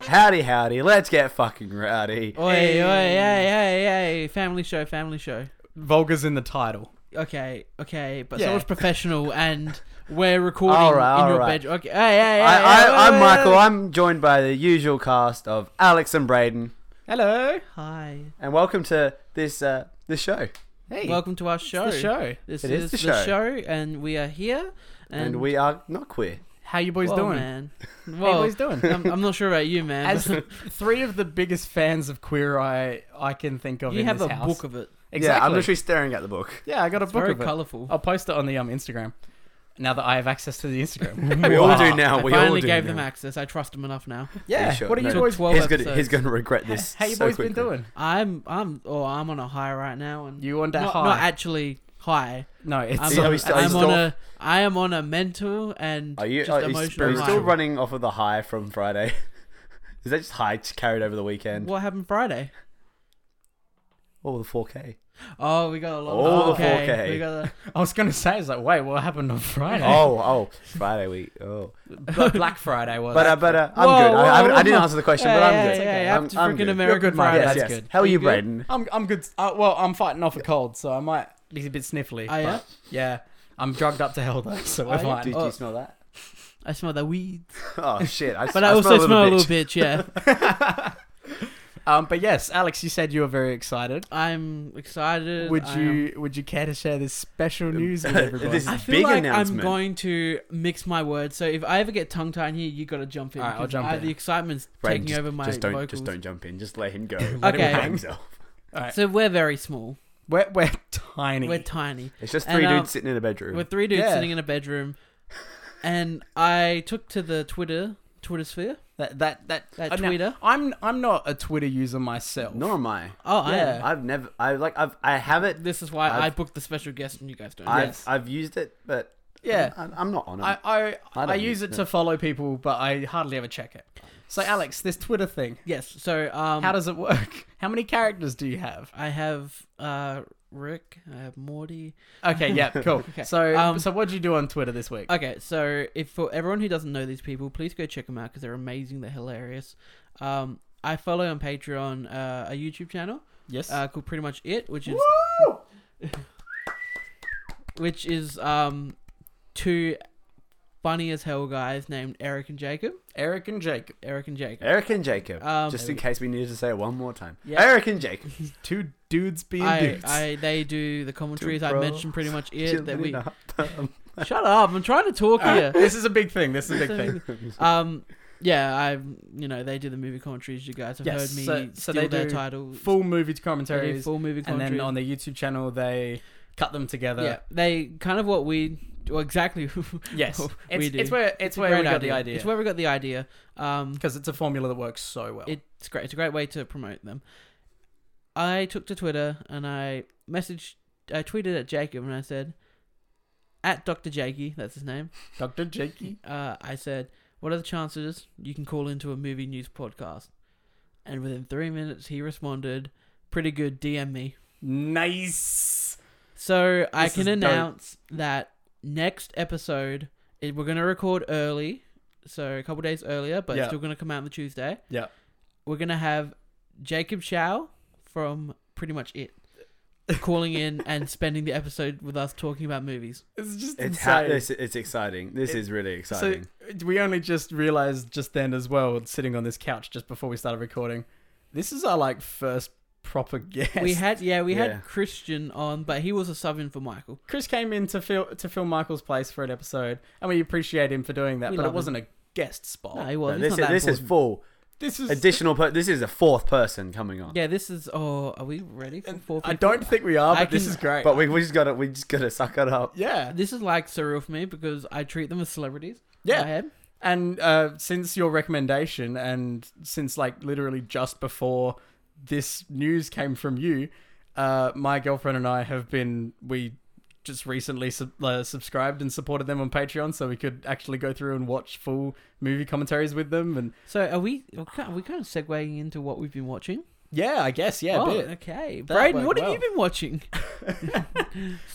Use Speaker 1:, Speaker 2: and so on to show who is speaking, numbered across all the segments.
Speaker 1: Howdy, howdy. Let's get fucking rowdy.
Speaker 2: Oi, oi, hey, hey, hey, family show, family show.
Speaker 3: Vulgar's in the title.
Speaker 2: Okay, okay, but so it's professional and we're recording
Speaker 1: All right,
Speaker 2: in
Speaker 1: all
Speaker 2: your
Speaker 1: right.
Speaker 2: bedroom. Okay, hey, hey, hey,
Speaker 1: I,
Speaker 2: hey,
Speaker 1: I,
Speaker 2: wait,
Speaker 1: I'm
Speaker 2: wait,
Speaker 1: Michael.
Speaker 2: wait.
Speaker 1: I'm joined by the usual cast of Alex and Braden,
Speaker 3: Hello.
Speaker 2: Hi,
Speaker 1: and welcome to this uh, this show.
Speaker 3: Hey.
Speaker 2: welcome to our show.
Speaker 3: It's the show.
Speaker 2: This
Speaker 1: It
Speaker 2: is, the, show. and we are here.
Speaker 1: And,
Speaker 2: And,
Speaker 1: we are not queer.
Speaker 3: How you boys
Speaker 2: whoa,
Speaker 3: doing?
Speaker 2: man.
Speaker 3: How you
Speaker 2: Whoa,
Speaker 3: boys doing?
Speaker 2: I'm, I'm not sure about you, man.
Speaker 3: As three of the biggest fans of Queer Eye I can think of
Speaker 2: you
Speaker 3: in
Speaker 2: have
Speaker 3: this
Speaker 2: a
Speaker 3: house.
Speaker 2: book of it.
Speaker 3: exactly.
Speaker 1: Yeah, I'm literally staring at the book.
Speaker 3: Yeah, I got a
Speaker 2: It's
Speaker 3: book
Speaker 2: very
Speaker 3: of it.
Speaker 2: colourful.
Speaker 3: I'll post it on the um Instagram. Now that I have access to the Instagram.
Speaker 1: We all do now.
Speaker 2: I
Speaker 1: we all
Speaker 2: finally
Speaker 1: do
Speaker 2: gave
Speaker 1: now.
Speaker 2: them access. I trust them enough now.
Speaker 3: yeah.
Speaker 1: sure.
Speaker 3: What are you
Speaker 1: No.
Speaker 3: boys?
Speaker 2: Twelve
Speaker 1: He's gonna,
Speaker 2: episodes.
Speaker 1: he's gonna regret this.
Speaker 3: How you
Speaker 1: so
Speaker 3: boys been
Speaker 1: quickly.
Speaker 3: doing?
Speaker 2: I'm, I'm, oh, I'm on a high right now, and
Speaker 3: You on that
Speaker 2: not,
Speaker 3: high?
Speaker 2: not actually high.
Speaker 3: no, it's
Speaker 2: I'm,
Speaker 1: Are
Speaker 2: on,
Speaker 1: we still- are you
Speaker 2: I'm on
Speaker 1: still-
Speaker 2: a, I am on a mental and
Speaker 1: Are you,
Speaker 2: just
Speaker 1: are you-
Speaker 2: emotional.
Speaker 1: are you
Speaker 2: high.
Speaker 1: still running off of the high from Friday? is that just high carried over the weekend?
Speaker 2: What happened Friday?
Speaker 1: Oh, the 4K.
Speaker 2: Oh, we got a lot.
Speaker 1: Oh, the
Speaker 2: of, okay.
Speaker 1: 4K.
Speaker 2: We got a,
Speaker 3: I was gonna say, it's like, wait, what happened on Friday?
Speaker 1: Oh, oh, Friday week. Oh,
Speaker 3: Bla- Black Friday was.
Speaker 1: but uh, but uh, I'm
Speaker 2: Whoa,
Speaker 1: good. I, I,
Speaker 2: whoa,
Speaker 1: haven't- I
Speaker 2: whoa.
Speaker 1: didn't answer the question, but
Speaker 2: Hey,
Speaker 1: I'm
Speaker 2: hey,
Speaker 1: good.
Speaker 2: hey,
Speaker 1: I'm,
Speaker 2: after
Speaker 1: I'm
Speaker 2: freaking
Speaker 1: good.
Speaker 2: American
Speaker 3: You're good, mate.
Speaker 2: Friday.
Speaker 1: yes,
Speaker 3: that's
Speaker 1: yes.
Speaker 3: good.
Speaker 1: How are
Speaker 2: You
Speaker 1: you,
Speaker 2: good?
Speaker 1: Braden?
Speaker 3: I'm I'm good. Uh, well, I'm fighting off a cold, so I might be a bit sniffly.
Speaker 2: Oh, yeah?
Speaker 3: but yeah, I'm drugged up to hell though, so
Speaker 2: Oh,
Speaker 3: we're
Speaker 2: yeah?
Speaker 3: fine.
Speaker 1: Do, do
Speaker 2: Oh.
Speaker 1: you smell that?
Speaker 2: I smell the weed,
Speaker 1: Oh shit! I,
Speaker 2: but
Speaker 1: I,
Speaker 2: I, also smell, a little
Speaker 1: bit.
Speaker 2: bitch. Yeah,
Speaker 3: Um, but yes, Alex, you said you were very excited.
Speaker 2: I'm excited.
Speaker 3: Would
Speaker 2: I am-
Speaker 3: you Would you care to share this special news with everybody?
Speaker 1: This is
Speaker 2: I feel
Speaker 1: big
Speaker 2: like I'm
Speaker 1: announcement.
Speaker 2: going to mix my words. So if I ever get tongue tied in here, you got to jump in.
Speaker 3: Alright, I'll
Speaker 2: because
Speaker 3: jump
Speaker 2: I-
Speaker 3: in.
Speaker 2: The excitement's
Speaker 1: Braden,
Speaker 2: taking
Speaker 1: just,
Speaker 2: over my
Speaker 1: just don't
Speaker 2: vocals.
Speaker 1: just don't jump in. Just let him go. Let
Speaker 2: Okay.
Speaker 1: him hang himself.
Speaker 3: Alright.
Speaker 2: So we're very small.
Speaker 3: we're we're tiny.
Speaker 2: We're tiny.
Speaker 1: It's just
Speaker 2: And,
Speaker 1: three
Speaker 2: um,
Speaker 1: dudes sitting in a bedroom.
Speaker 2: We're three dudes
Speaker 3: Yeah.
Speaker 2: sitting in a bedroom, and I took to the Twitter Twitter sphere.
Speaker 3: that that that,
Speaker 2: That
Speaker 3: uh, now,
Speaker 2: Twitter.
Speaker 3: I'm I'm not a Twitter user myself.
Speaker 1: Nor am I.
Speaker 2: Oh,
Speaker 3: Yeah.
Speaker 2: I am.
Speaker 1: I've never. I like. I've. I have it.
Speaker 2: This is why
Speaker 1: I've-
Speaker 2: i booked the special guest, and you guys don't.
Speaker 1: I've.
Speaker 3: Yes.
Speaker 1: I've used it, but
Speaker 3: Yeah.
Speaker 1: I'm, I'm not on it.
Speaker 3: I I, I,
Speaker 1: I don't
Speaker 3: use
Speaker 1: use
Speaker 3: it
Speaker 1: it.
Speaker 3: to follow people, but I hardly ever check it. So Alex, this Twitter thing,
Speaker 2: Yes. So um,
Speaker 3: how does it work? How many characters do you have?
Speaker 2: I have uh Rick? I have Morty.
Speaker 3: Okay, yeah, cool.
Speaker 2: Okay,
Speaker 3: So,
Speaker 2: um, uh,
Speaker 3: so what did you do on Twitter this week?
Speaker 2: Okay, so if for everyone who doesn't know these people, please go check them out because they're amazing. They're hilarious. Um, I follow on Patreon uh, a YouTube channel
Speaker 3: yes.
Speaker 2: uh, called Pretty Much It, which is
Speaker 3: Woo!
Speaker 2: which is um two funny as hell guys named Eric and Jacob.
Speaker 3: Eric and Jacob,
Speaker 2: Eric and Jacob.
Speaker 1: Eric and Jacob.
Speaker 2: Um,
Speaker 1: just in case we needed to say it one more time.
Speaker 2: Yeah.
Speaker 1: Eric and Jacob.
Speaker 3: two dudes being
Speaker 2: I,
Speaker 3: dudes.
Speaker 2: I they do the commentaries.
Speaker 1: Two
Speaker 2: I
Speaker 1: bros
Speaker 2: mentioned pretty much it that
Speaker 1: Chilling
Speaker 2: we
Speaker 1: in a hot tub.
Speaker 2: shut up. I'm trying to talk here.
Speaker 3: this is a big thing. This is a big thing.
Speaker 2: Um, yeah, I you know they do the movie commentaries. You guys have
Speaker 3: Yes,
Speaker 2: heard me
Speaker 3: so- so
Speaker 2: steal
Speaker 3: they
Speaker 2: their
Speaker 3: do
Speaker 2: title.
Speaker 3: Full movie
Speaker 2: They do
Speaker 3: commentaries,
Speaker 2: full movie
Speaker 3: and
Speaker 2: commentaries.
Speaker 3: then on their YouTube channel they cut them together.
Speaker 2: yeah, they kind of what we well, exactly.
Speaker 3: Yes,
Speaker 2: We
Speaker 3: it's,
Speaker 2: do.
Speaker 3: it's where it's,
Speaker 2: a
Speaker 3: where
Speaker 2: great
Speaker 3: we got the idea
Speaker 2: It's where we got the idea. Um,
Speaker 3: because it's a formula that works so well.
Speaker 2: it's great. It's a great way to promote them. I took to Twitter and I messaged, I tweeted at Jacob and I said, at Dr. Jakey, that's his name.
Speaker 3: Doctor Jakey.
Speaker 2: Uh, I said, what are the chances you can call into a movie news podcast? And within three minutes, he responded, pretty good, DM me.
Speaker 3: Nice.
Speaker 2: So I
Speaker 3: This
Speaker 2: can
Speaker 3: is dope.
Speaker 2: announce that next episode, it, we're going to record early. So a couple days earlier, but
Speaker 3: Yeah.
Speaker 2: it's still going to come out on the Tuesday.
Speaker 3: Yeah.
Speaker 2: We're going to have Jacob Chow from pretty much it calling in and spending the episode with us talking about movies.
Speaker 3: It's just
Speaker 1: It's ha-
Speaker 3: insane.
Speaker 1: this, it's exciting. This
Speaker 3: It-
Speaker 1: is really
Speaker 3: so
Speaker 1: exciting.
Speaker 3: we only just realized just then as well, sitting on this couch just before we started recording. This is our like first proper guest.
Speaker 2: We had yeah, we
Speaker 1: Yeah.
Speaker 2: had Christian on, but he was a sub in for Michael.
Speaker 3: Chris came in to fill to fill Michael's place for an episode, and we appreciate him for doing that.
Speaker 2: We
Speaker 3: but
Speaker 2: love
Speaker 3: it
Speaker 2: him.
Speaker 3: wasn't a guest spot.
Speaker 2: No, he
Speaker 1: No,
Speaker 2: was.
Speaker 1: this
Speaker 2: not
Speaker 1: is
Speaker 2: that
Speaker 1: this is
Speaker 2: important.
Speaker 1: full
Speaker 3: this is.
Speaker 1: additional. Per- this is a fourth person coming on.
Speaker 2: yeah, this is. Oh, are we ready for four?
Speaker 3: I
Speaker 2: people?
Speaker 3: don't think we are,
Speaker 2: I
Speaker 3: but this
Speaker 2: can-
Speaker 3: is great.
Speaker 1: But we, we just gotta we just gotta suck it up.
Speaker 3: yeah,
Speaker 2: This is like surreal for me because I treat them as celebrities. in
Speaker 3: Yeah.
Speaker 2: my head.
Speaker 3: and uh, since your recommendation, and since like literally just before this news came from you, uh, my girlfriend and I have been we just recently sub- uh, subscribed and supported them on Patreon, so we could actually go through and watch full movie commentaries with them. And
Speaker 2: So are we? Are we kind of segueing into what we've been watching?
Speaker 3: yeah, I guess yeah, a
Speaker 2: oh,
Speaker 3: bit.
Speaker 2: okay.
Speaker 3: That
Speaker 2: Braden,
Speaker 3: worked
Speaker 2: what have
Speaker 3: well.
Speaker 2: you been watching?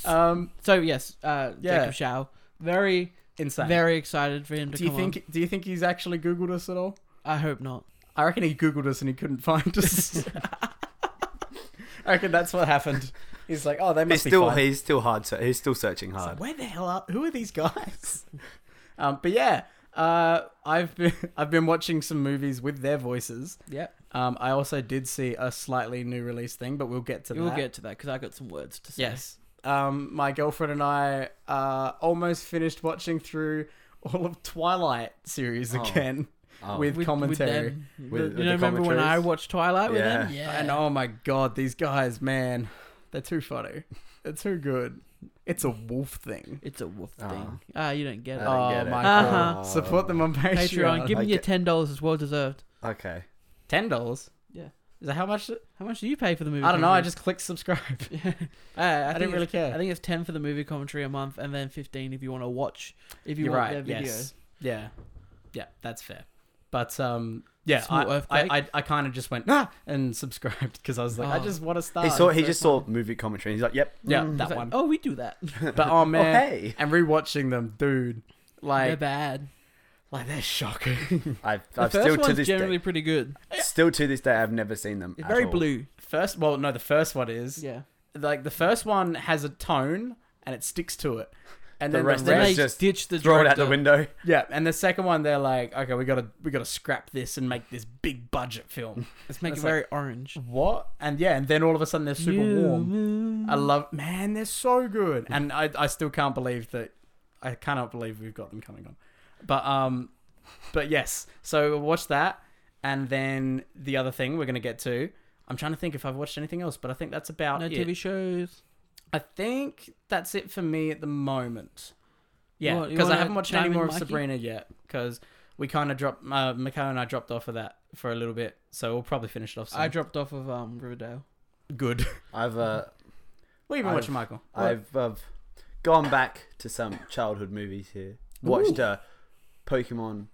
Speaker 3: Um,
Speaker 2: So yes, uh,
Speaker 3: Yeah.
Speaker 2: Jacob Shaw. Very,
Speaker 3: insane.
Speaker 2: very excited for him to
Speaker 3: do you
Speaker 2: come
Speaker 3: think? Do you think he's actually googled us at all?
Speaker 2: on. I hope not.
Speaker 3: I reckon he googled us and he couldn't find us. I reckon that's what happened. He's like, oh, they must
Speaker 1: He's
Speaker 3: be
Speaker 1: still
Speaker 3: fine.
Speaker 1: he's still hard. se- He's still searching
Speaker 3: It's
Speaker 1: hard.
Speaker 3: like, where the hell are? Who are these guys? um, but yeah, uh, I've been I've been watching some movies with their voices.
Speaker 2: Yep.
Speaker 3: Um, I also did see a slightly new release thing, but we'll get to
Speaker 2: We'll
Speaker 3: that.
Speaker 2: get to that because I got some words to say.
Speaker 3: yes. Um, my girlfriend and I uh, almost finished watching through all of Twilight series
Speaker 1: Oh.
Speaker 3: again
Speaker 1: Oh.
Speaker 3: with, commentary.
Speaker 2: them.
Speaker 1: With-
Speaker 2: The-
Speaker 1: with the
Speaker 2: you know, remember when I
Speaker 1: commentaries?
Speaker 2: watched Twilight with
Speaker 1: Yeah.
Speaker 2: them? Yeah.
Speaker 3: And oh my god, these guys, man, they're too funny. They're too good. It's a wolf thing.
Speaker 2: It's a wolf
Speaker 1: Oh.
Speaker 2: thing. Ah, you don't get
Speaker 1: I
Speaker 2: it.
Speaker 1: don't
Speaker 3: Oh
Speaker 1: get it.
Speaker 3: my
Speaker 2: Uh-huh.
Speaker 3: god! Support them on Patreon.
Speaker 2: Patreon, give
Speaker 1: I
Speaker 2: them your
Speaker 1: get-
Speaker 2: ten dollars. It's well deserved.
Speaker 1: Oh, Okay.
Speaker 3: ten dollars.
Speaker 2: Yeah.
Speaker 3: Is that how much?
Speaker 2: How much do you pay for the movie?
Speaker 3: I don't know. I
Speaker 2: commentary?
Speaker 3: just clicked subscribe.
Speaker 2: Uh, I,
Speaker 3: I,
Speaker 2: think
Speaker 3: didn't really
Speaker 2: it's-
Speaker 3: care.
Speaker 2: I think it's ten for the movie commentary a month, and then fifteen if you want to watch. If you
Speaker 3: You're
Speaker 2: want
Speaker 3: right.
Speaker 2: their videos.
Speaker 3: Yes. Yeah. Yeah. That's fair. But um, yeah,
Speaker 2: Small
Speaker 3: I,
Speaker 2: earthquake.
Speaker 3: I I, I kind of just went ah and subscribed because I was like, I
Speaker 2: Oh.
Speaker 3: just want to start.
Speaker 1: He saw.
Speaker 3: It's
Speaker 1: He
Speaker 3: so
Speaker 1: just
Speaker 3: fun.
Speaker 1: saw movie commentary. and He's like, "Yep,
Speaker 3: Yeah,
Speaker 1: mm,
Speaker 3: that
Speaker 2: It's like,
Speaker 3: one.
Speaker 2: oh, we do that.
Speaker 3: But oh
Speaker 1: Oh,
Speaker 3: man,
Speaker 1: hey,
Speaker 3: and rewatching them, dude,
Speaker 2: They're
Speaker 3: like
Speaker 2: bad.
Speaker 3: like they're shocking.
Speaker 1: I've,
Speaker 2: The
Speaker 1: I've
Speaker 2: first
Speaker 1: still
Speaker 2: one's
Speaker 1: to this
Speaker 2: generally
Speaker 1: day,
Speaker 2: pretty good.
Speaker 1: still to this day, I've never seen them.
Speaker 2: It's
Speaker 1: at
Speaker 2: very
Speaker 1: all.
Speaker 2: blue.
Speaker 3: first, well, no, the first one is
Speaker 2: Yeah.
Speaker 3: like the first one has a tone and it sticks to it, and
Speaker 1: The
Speaker 3: then
Speaker 1: rest
Speaker 3: the
Speaker 1: of
Speaker 2: Then
Speaker 1: it's
Speaker 2: they
Speaker 3: rest
Speaker 1: just
Speaker 2: ditch the
Speaker 1: Throw it out
Speaker 2: director.
Speaker 1: the window.
Speaker 3: Yeah, and the second one, they're like, okay, we gotta we gotta scrap this and make this big budget film.
Speaker 2: Let's make it
Speaker 3: It's
Speaker 2: very orange.
Speaker 3: what? And yeah, and then all of a sudden they're super
Speaker 2: You
Speaker 3: warm.
Speaker 2: move.
Speaker 3: I love, man, they're so good, and I I still can't believe that I cannot believe we've got them coming on, but um, but yes, so watch that, and then the other thing we're gonna get to. I'm trying to think if I've watched anything else, but I think that's about
Speaker 2: no
Speaker 3: it.
Speaker 2: TV shows.
Speaker 3: I think that's it for me at the moment. Yeah,
Speaker 2: What, you
Speaker 3: because I
Speaker 2: wanna
Speaker 3: haven't watched
Speaker 2: dive
Speaker 3: any
Speaker 2: in,
Speaker 3: more of
Speaker 2: Mikey?
Speaker 3: Sabrina yet. Because we kind of dropped, uh, Mikhail and I dropped off of that for a little bit, so we'll probably finish it off. Soon.
Speaker 2: I dropped off of um Riverdale.
Speaker 3: good.
Speaker 1: I've uh,
Speaker 3: what have you been
Speaker 1: I've-
Speaker 3: watching, Michael?
Speaker 1: I've, i gone back to some childhood movies here. Watched uh, Pokemon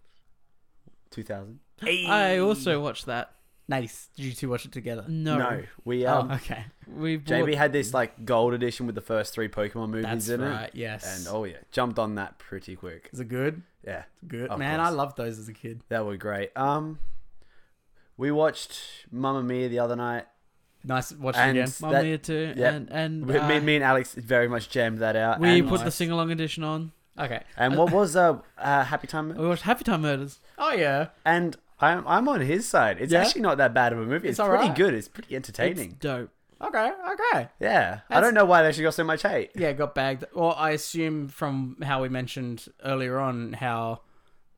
Speaker 1: 2000.
Speaker 2: I also watched that.
Speaker 3: nice. Did you two watch it together?
Speaker 2: No,
Speaker 1: we
Speaker 3: Oh,
Speaker 1: um,
Speaker 3: okay.
Speaker 2: we bought
Speaker 1: JB had this like gold edition with the first three Pokemon movies
Speaker 3: That's
Speaker 1: in
Speaker 3: right.
Speaker 1: it,
Speaker 3: Yes.
Speaker 1: and oh yeah, jumped on that pretty quick.
Speaker 3: Is it good?
Speaker 1: Yeah,
Speaker 3: Good.
Speaker 1: Of
Speaker 3: Man,
Speaker 1: course.
Speaker 3: I loved those as a kid.
Speaker 1: that were great. Um, we watched Mamma Mia the other night,
Speaker 3: Nice. Watch it
Speaker 1: and
Speaker 3: again.
Speaker 2: Mamma
Speaker 1: that-
Speaker 2: Mia too,
Speaker 1: yeah.
Speaker 2: and and
Speaker 1: we- me,
Speaker 2: uh,
Speaker 1: me and Alex very much jammed that out.
Speaker 2: we
Speaker 1: and,
Speaker 2: put the
Speaker 3: Nice.
Speaker 2: sing along edition on.
Speaker 3: Okay.
Speaker 1: and what was uh, uh Happy Time?
Speaker 2: We watched Happy Time Murders.
Speaker 3: Oh yeah.
Speaker 1: And I'm I'm on his side. It's
Speaker 3: Yeah?
Speaker 1: actually not that bad of a movie.
Speaker 3: It's
Speaker 1: It's, pretty
Speaker 3: alright.
Speaker 1: good. It's pretty
Speaker 2: It's
Speaker 1: entertaining.
Speaker 2: dope.
Speaker 3: Okay. Okay.
Speaker 1: Yeah, I
Speaker 3: That's-
Speaker 1: don't know why they actually got so much hate.
Speaker 3: Yeah, it got bagged. Well, I assume from how we mentioned earlier on how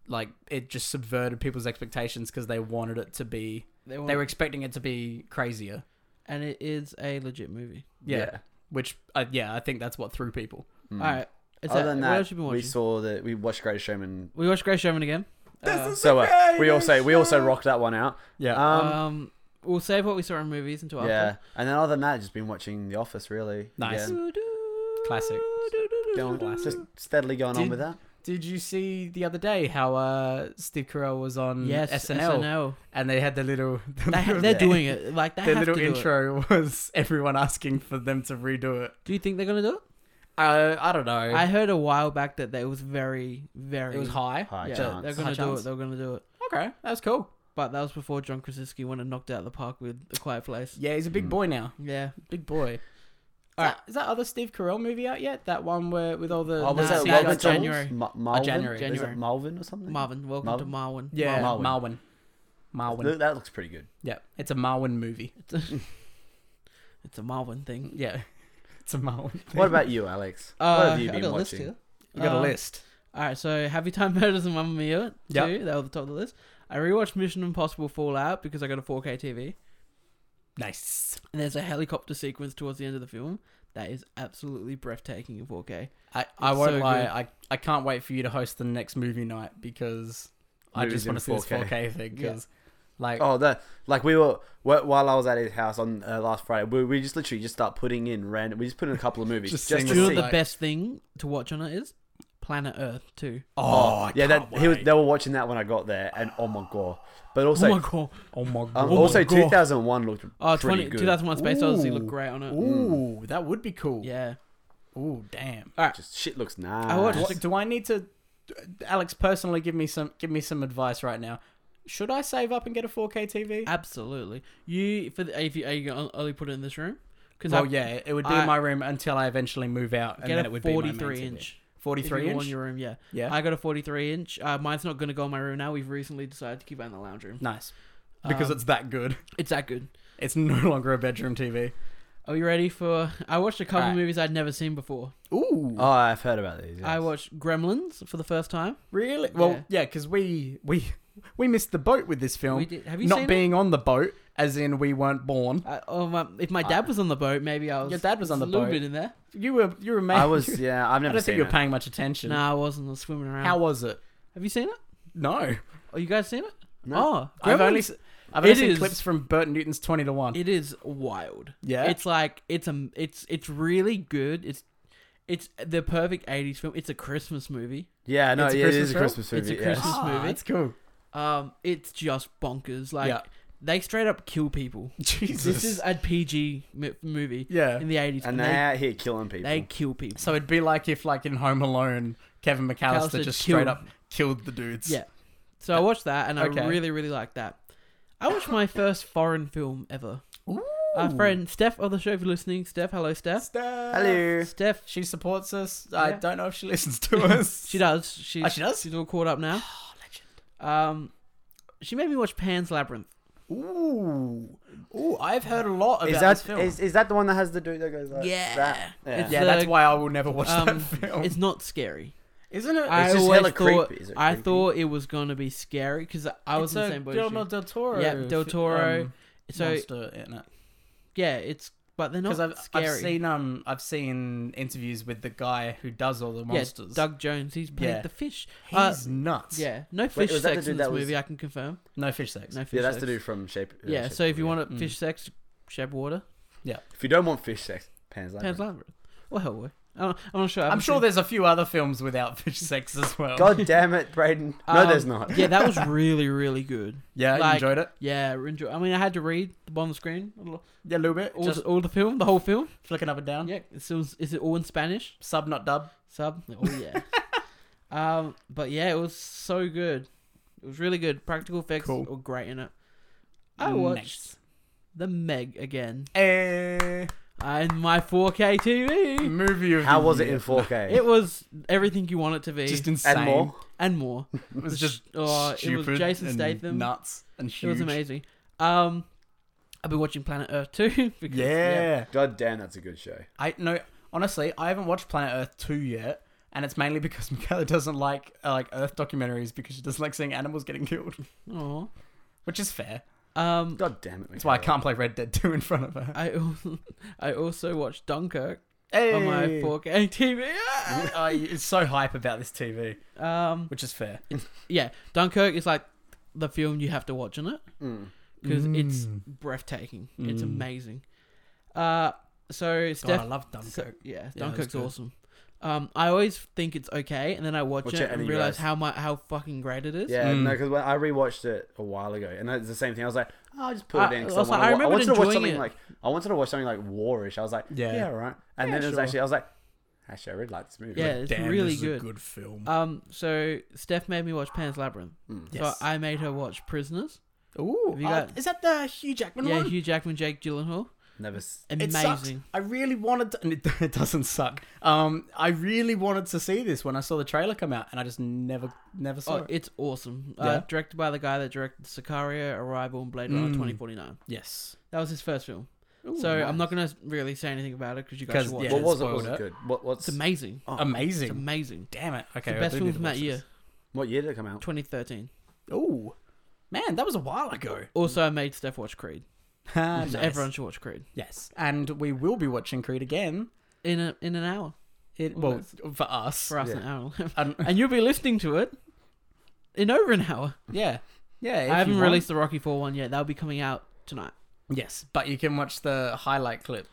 Speaker 3: like it just subverted people's expectations because they wanted it to be
Speaker 2: They,
Speaker 3: they
Speaker 2: want-
Speaker 3: were expecting it to be crazier.
Speaker 2: and it is a legit movie.
Speaker 3: Yeah. Which uh, yeah, I think that's what threw people.
Speaker 1: Mm.
Speaker 2: All right. Is
Speaker 1: Other
Speaker 2: that-
Speaker 1: than
Speaker 2: what
Speaker 1: that,
Speaker 2: else you been
Speaker 1: we
Speaker 2: watching?
Speaker 1: saw that we watched Greatest Showman.
Speaker 2: We watched Grey Showman again. Uh,
Speaker 1: So uh, we also we also rocked that one out.
Speaker 3: Yeah.
Speaker 1: Um,
Speaker 2: um, we'll save what we saw in movies until
Speaker 1: yeah, and then other than that, just been watching The Office really.
Speaker 3: Nice.
Speaker 1: Yeah.
Speaker 2: after.
Speaker 3: Classic.
Speaker 1: Going-
Speaker 3: Classic.
Speaker 1: just steadily going on
Speaker 3: Did-
Speaker 1: with that.
Speaker 3: Did you see the other day how uh, Steve Carell was on
Speaker 2: Yes,
Speaker 3: SNL,
Speaker 2: SNL.
Speaker 3: and they had the little the
Speaker 2: They,
Speaker 3: little,
Speaker 2: they're
Speaker 1: Yeah.
Speaker 2: doing it. Like they
Speaker 3: their
Speaker 2: have
Speaker 3: little
Speaker 2: to do it.
Speaker 3: intro was everyone asking for them to redo it.
Speaker 2: Do you think they're gonna do it?
Speaker 3: Uh, I don't know.
Speaker 2: I heard a while back that it was very, very.
Speaker 3: it was high.
Speaker 1: High
Speaker 2: Yeah,
Speaker 1: chance.
Speaker 2: they're
Speaker 3: High
Speaker 2: gonna do
Speaker 3: chance.
Speaker 2: it. They're gonna do it.
Speaker 3: Okay, that's cool.
Speaker 2: But that was before John Krasinski went and knocked out the park with A Quiet Place.
Speaker 3: Yeah, he's a big
Speaker 1: Mm.
Speaker 3: boy now.
Speaker 2: Yeah.
Speaker 3: Big boy. Hmm. Is,
Speaker 2: Alright.
Speaker 3: that, is that other Steve Carell movie out yet? That one where with all the
Speaker 1: Oh, was
Speaker 2: Nah,
Speaker 1: that
Speaker 2: see,
Speaker 1: Welcome
Speaker 2: that's
Speaker 1: to
Speaker 2: January.
Speaker 1: Ma- Malvin?
Speaker 3: January.
Speaker 1: Is
Speaker 2: January.
Speaker 1: it Malvin or something?
Speaker 2: Marvin, welcome to Marwin.
Speaker 3: yeah
Speaker 2: Marwin.
Speaker 1: Marwin.
Speaker 3: Marwin? Marwin.
Speaker 1: Look, that looks pretty good.
Speaker 3: Yeah, it's a Marwin movie.
Speaker 2: It's a Marwin thing.
Speaker 3: Yeah, it's a Marwin. Thing.
Speaker 1: What about you, Alex? what have you
Speaker 2: Uh, I
Speaker 1: been
Speaker 2: got a list
Speaker 1: watching?
Speaker 2: here.
Speaker 3: you? Got a
Speaker 2: Um,
Speaker 3: list.
Speaker 2: All right, so Happy Time Murders and Mamma Mia too.
Speaker 3: Yep.
Speaker 2: They were the top of the list. I rewatched Mission Impossible Fallout because I got a 4K TV,
Speaker 3: Nice.
Speaker 2: and there's a helicopter sequence towards the end of the film that is absolutely breathtaking in 4K.
Speaker 3: I, I
Speaker 2: It's
Speaker 3: won't
Speaker 2: so
Speaker 3: lie.
Speaker 2: good.
Speaker 3: I, I can't wait for you to host the next movie night because I
Speaker 1: Movies
Speaker 3: just want to
Speaker 1: in
Speaker 3: see this
Speaker 1: 4K.
Speaker 3: 4K thing.
Speaker 2: Yeah.
Speaker 3: Because like
Speaker 1: Oh, the like we were wh- while I was at his house on uh, last Friday. We, we just literally just start putting in random. We just put in a couple of movies
Speaker 3: Just
Speaker 1: just,
Speaker 3: sing
Speaker 2: Do
Speaker 1: to
Speaker 2: you know
Speaker 1: see.
Speaker 2: what the
Speaker 3: Like-
Speaker 2: best thing to watch on it is? Planet Earth too.
Speaker 3: oh, I
Speaker 1: yeah, that
Speaker 3: can't
Speaker 1: he was,
Speaker 3: wait.
Speaker 1: they were watching that when I got there, and oh my god! But also,
Speaker 2: oh my god!
Speaker 3: oh my
Speaker 1: um,
Speaker 3: god.
Speaker 1: also
Speaker 2: God.
Speaker 1: 2001 looked
Speaker 2: Oh,
Speaker 1: pretty
Speaker 2: 20,
Speaker 1: good.
Speaker 2: 2001 Space Odyssey
Speaker 3: Ooh.
Speaker 2: looked great on it.
Speaker 3: Ooh,
Speaker 1: Hmm.
Speaker 3: that would be cool.
Speaker 2: Yeah.
Speaker 3: Ooh, damn.
Speaker 1: Just shit looks nice.
Speaker 2: watched-
Speaker 3: What, do I need to, Alex? Personally, give me some give me some advice right now. Should I save up and get a 4K
Speaker 2: Uh,
Speaker 3: TV?
Speaker 2: Absolutely. You for the, if you are you gonna only put it in this room? Because
Speaker 3: well, yeah, it would be
Speaker 2: I-
Speaker 3: in my room until I eventually move out, and
Speaker 2: get
Speaker 3: then
Speaker 2: a
Speaker 3: it would be my main
Speaker 2: 43
Speaker 3: TV.
Speaker 2: inch. If
Speaker 3: 43
Speaker 2: you
Speaker 3: inch.
Speaker 2: want your room, yeah.
Speaker 3: yeah,
Speaker 2: I got a 43 inch. Uh, mine's not going to go in my room now. We've recently decided to keep it in the lounge room
Speaker 3: nice because
Speaker 2: Um,
Speaker 3: it's that good.
Speaker 2: it's that good.
Speaker 3: It's no longer a bedroom TV.
Speaker 2: Are you ready for? I watched a couple
Speaker 3: Alright.
Speaker 2: movies I'd never seen before.
Speaker 3: Ooh,
Speaker 1: Oh, I've heard about these.
Speaker 2: I
Speaker 1: yes.
Speaker 2: watched Gremlins for the first time.
Speaker 3: really? Well, yeah, because we we we missed the boat with this film.
Speaker 2: We did, have you
Speaker 3: Not
Speaker 2: seen
Speaker 3: being on the boat, as in we weren't born.
Speaker 2: it? I, oh, my, if my dad was on the boat, maybe I was.
Speaker 3: Your dad was on the
Speaker 2: a little
Speaker 3: boat.
Speaker 2: bit in there.
Speaker 3: You were you were man.
Speaker 1: I was. Yeah, I've
Speaker 3: I
Speaker 1: never
Speaker 3: don't
Speaker 1: seen
Speaker 3: think you were
Speaker 1: it.
Speaker 3: paying much attention.
Speaker 2: No, I wasn't. I was swimming around.
Speaker 3: How was it?
Speaker 2: have you seen it?
Speaker 3: No,
Speaker 2: Oh, you guys seen it?
Speaker 1: No.
Speaker 2: Oh,
Speaker 3: I've
Speaker 2: Gremlins-
Speaker 3: only s- I've only
Speaker 2: It
Speaker 3: seen
Speaker 2: is-
Speaker 3: clips from Bert Newton's Twenty to One.
Speaker 2: It is wild.
Speaker 3: Yeah?
Speaker 2: It's like it's um it's it's really good. It's it's the perfect 80s film. It's a Christmas movie.
Speaker 1: Yeah, no,
Speaker 3: It's a
Speaker 1: yeah, it is a Christmas
Speaker 3: Christmas
Speaker 2: film?
Speaker 1: movie.
Speaker 2: It's a
Speaker 1: yeah.
Speaker 2: Christmas-
Speaker 3: Ah,
Speaker 2: movie.
Speaker 3: That's cool.
Speaker 2: Um it's just bonkers. Like
Speaker 3: Yeah.
Speaker 2: they straight up kill people.
Speaker 3: Jesus.
Speaker 2: This is a PG m- movie
Speaker 3: yeah.
Speaker 2: in the
Speaker 1: And
Speaker 2: 80s and
Speaker 1: they're
Speaker 2: they
Speaker 1: out here killing people.
Speaker 2: they kill people.
Speaker 3: So it'd be like if, like in Home Alone, Kevin McAllister
Speaker 2: McAllister
Speaker 3: just
Speaker 2: killed-
Speaker 3: straight up killed the dudes.
Speaker 2: Yeah. So I watched that and
Speaker 3: Uh, Okay.
Speaker 2: I really really liked that. I watched my first foreign film ever.
Speaker 3: Ooh.
Speaker 2: Our friend Steph on the show if you're listening. Steph, hello Steph.
Speaker 3: Steph.
Speaker 1: Hello.
Speaker 2: Steph,
Speaker 3: She supports us. I
Speaker 2: Yeah.
Speaker 3: don't know if she listens to us.
Speaker 2: she does. She's
Speaker 3: Oh, she does?
Speaker 2: She's all caught up now. Um, she made me watch Pan's Labyrinth.
Speaker 3: Ooh. Ooh. I've heard a lot about
Speaker 1: is
Speaker 3: this
Speaker 1: that
Speaker 3: film.
Speaker 1: is, is that the one that has the dude that goes like
Speaker 2: Yeah.
Speaker 1: that?
Speaker 2: It's-
Speaker 3: yeah,
Speaker 2: the-
Speaker 3: that's why I will never watch that
Speaker 2: um,
Speaker 3: film.
Speaker 2: It's not scary.
Speaker 3: Isn't it?
Speaker 2: I
Speaker 1: just
Speaker 2: always
Speaker 1: hella
Speaker 2: thought
Speaker 1: creepy. Is it
Speaker 2: I
Speaker 1: creepy?
Speaker 2: thought it was gonna be scary because I was in the same boat. as you.
Speaker 3: Del Toro.
Speaker 2: Yeah, Del
Speaker 3: fi-
Speaker 2: Toro,
Speaker 3: um,
Speaker 2: So
Speaker 3: monster in it.
Speaker 2: yeah, it's but they're not
Speaker 3: Because I've,
Speaker 2: scary.
Speaker 3: I've seen um I've seen interviews with the guy who does all the monsters.
Speaker 2: Yeah, Doug Jones. He's played
Speaker 3: Yeah.
Speaker 2: the fish.
Speaker 3: He's
Speaker 2: uh,
Speaker 3: nuts.
Speaker 2: Yeah, no fish
Speaker 1: was that the
Speaker 2: sex
Speaker 1: dude
Speaker 2: in this
Speaker 1: that was-
Speaker 2: movie. I can confirm.
Speaker 3: No fish sex.
Speaker 2: No fish.
Speaker 1: Yeah, that's
Speaker 2: sex.
Speaker 1: the dude from Shape. uh,
Speaker 2: Yeah,
Speaker 1: Shape
Speaker 2: so if you
Speaker 1: Water.
Speaker 2: want
Speaker 3: Mm.
Speaker 2: to fish sex, Shab Water,
Speaker 1: if you don't want fish sex, Pan's Labyrinth.
Speaker 2: Pan's Labyrinth. Well, Hellboy. I don't- I'm not sure. I
Speaker 3: I'm
Speaker 2: haven't
Speaker 3: sure
Speaker 2: seen-
Speaker 3: there's a few other films without fish sex as well.
Speaker 1: God damn it, Braden. No,
Speaker 2: Um,
Speaker 1: there's not.
Speaker 2: yeah, that was really, really good.
Speaker 3: Yeah,
Speaker 2: Like-
Speaker 3: you enjoyed it?
Speaker 2: Yeah, I enjoy. I mean, I had to read the bottom screen, all,
Speaker 3: Yeah, a little bit.
Speaker 2: the,
Speaker 3: Just
Speaker 2: all the film, the whole film.
Speaker 3: flicking up and down.
Speaker 2: Yeah, it's all, is it all in Spanish
Speaker 3: Sub, not dub.
Speaker 2: sub? Oh yeah. um, but yeah, it was so good. It was really good. Practical effects
Speaker 3: Cool.
Speaker 2: were great in it. I watched
Speaker 3: Nice.
Speaker 2: the Meg again
Speaker 3: Eh,
Speaker 2: on my 4K TV.
Speaker 3: movie of
Speaker 1: How
Speaker 3: the
Speaker 1: was it
Speaker 3: year.
Speaker 1: in 4K?
Speaker 2: It was everything you want it to be
Speaker 3: Just insane.
Speaker 1: and more.
Speaker 2: and more.
Speaker 3: It was just
Speaker 2: Oh, it was
Speaker 3: stupid
Speaker 2: Jason
Speaker 3: and
Speaker 2: Statham.
Speaker 3: Nuts and huge.
Speaker 2: It was amazing. Um, I've been watching Planet Earth too. Because,
Speaker 3: Yeah.
Speaker 1: God damn, that's a good show.
Speaker 3: I no. Honestly, I haven't watched Planet Earth two yet, and it's mainly because Michaela doesn't like uh, like Earth documentaries because she doesn't like seeing animals getting killed,
Speaker 2: Aw.
Speaker 3: which is fair.
Speaker 2: Um,
Speaker 1: God damn it.
Speaker 3: That's why I
Speaker 1: Michaela.
Speaker 3: can't play Red Dead Two in front of her.
Speaker 2: I also, I also watched Dunkirk
Speaker 3: Hey.
Speaker 2: on my 4K TV. Ah!
Speaker 3: Uh, it's so hype about this TV,
Speaker 2: Um,
Speaker 3: which is fair.
Speaker 2: yeah, Dunkirk is like the film you have to watch on it
Speaker 1: Mm.
Speaker 2: because it's
Speaker 3: Mm.
Speaker 2: breathtaking. It's
Speaker 3: Mm.
Speaker 2: amazing. Uh, so
Speaker 3: God, I
Speaker 2: Steph,
Speaker 3: love Dunkirk.
Speaker 2: so- yeah,
Speaker 3: that's
Speaker 2: Dunkirk's
Speaker 3: good.
Speaker 2: awesome. Um, I always think it's okay, and then I watch, it, and
Speaker 1: you
Speaker 2: realize
Speaker 1: realize-
Speaker 2: how my how fucking great it is.
Speaker 1: Yeah,
Speaker 3: Mm.
Speaker 1: no, because when I rewatched it a while ago, and it's the same thing. I was like, oh, I'll just put it
Speaker 2: I-
Speaker 1: in. 'cause
Speaker 2: also,
Speaker 1: I,
Speaker 2: I
Speaker 1: wanna wa- I
Speaker 2: remembered
Speaker 1: wanted to watch
Speaker 2: enjoying
Speaker 1: something
Speaker 2: it.
Speaker 1: like I wanted to watch something like warish. I was like,
Speaker 3: Yeah.
Speaker 1: yeah, right. And
Speaker 3: Yeah,
Speaker 1: then it was
Speaker 3: sure.
Speaker 1: actually, I was like, actually, I really like this movie.
Speaker 2: Yeah, it's really good.
Speaker 3: good film.
Speaker 2: Um, so Steph made me watch Pan's Labyrinth.
Speaker 1: Mm.
Speaker 3: Yes.
Speaker 2: So I made her watch Prisoners.
Speaker 3: Ooh,
Speaker 2: have you
Speaker 3: oh,
Speaker 2: got-
Speaker 3: is that the Hugh Jackman
Speaker 2: yeah,
Speaker 3: one?
Speaker 2: Hugh Jackman, Jake Gyllenhaal.
Speaker 1: Never. s-
Speaker 3: It sucks.
Speaker 2: Amazing.
Speaker 3: I really wanted to, and it, it doesn't suck. Um, I really wanted to see this when I saw the trailer come out, and I just never, never saw
Speaker 2: Oh,
Speaker 3: it.
Speaker 2: it's awesome. Uh,
Speaker 3: Yeah.
Speaker 2: directed by the guy that directed Sicario, Arrival, and Blade Runner
Speaker 3: Mm.
Speaker 2: 2049.
Speaker 3: Yes.
Speaker 2: That was his first film. so I'm not gonna really say anything about it because you guys
Speaker 3: 'Cause,
Speaker 2: should watch
Speaker 3: yeah,
Speaker 1: what
Speaker 2: it.
Speaker 1: was it?
Speaker 3: spoiled
Speaker 1: Was
Speaker 3: it.
Speaker 1: it good? What? What's
Speaker 2: It's amazing.
Speaker 1: oh,
Speaker 3: Amazing.
Speaker 2: It's amazing.
Speaker 3: Damn it. Okay.
Speaker 2: the
Speaker 3: I
Speaker 2: best
Speaker 3: do
Speaker 2: film
Speaker 3: need to
Speaker 2: from that
Speaker 3: watch
Speaker 2: year,
Speaker 3: this. Mm.
Speaker 1: What year did it come out?
Speaker 2: 2013.
Speaker 3: Ooh, man, that was a while ago.
Speaker 2: Also, I made Steph watch Creed.
Speaker 3: Ah,
Speaker 2: So
Speaker 3: nice.
Speaker 2: Everyone should watch Creed
Speaker 3: Yes, and we will be watching Creed again.
Speaker 2: in a, in an hour
Speaker 3: It
Speaker 2: Well,
Speaker 3: well for us.
Speaker 2: for us.
Speaker 1: Yeah.
Speaker 2: An hour,
Speaker 3: Um,
Speaker 2: and you'll be listening to it in over an hour.
Speaker 3: yeah, yeah. if
Speaker 2: I haven't
Speaker 3: you want.
Speaker 2: released the Rocky Four one yet. That'll be coming out tonight.
Speaker 3: Yes, but you can watch the highlight clip,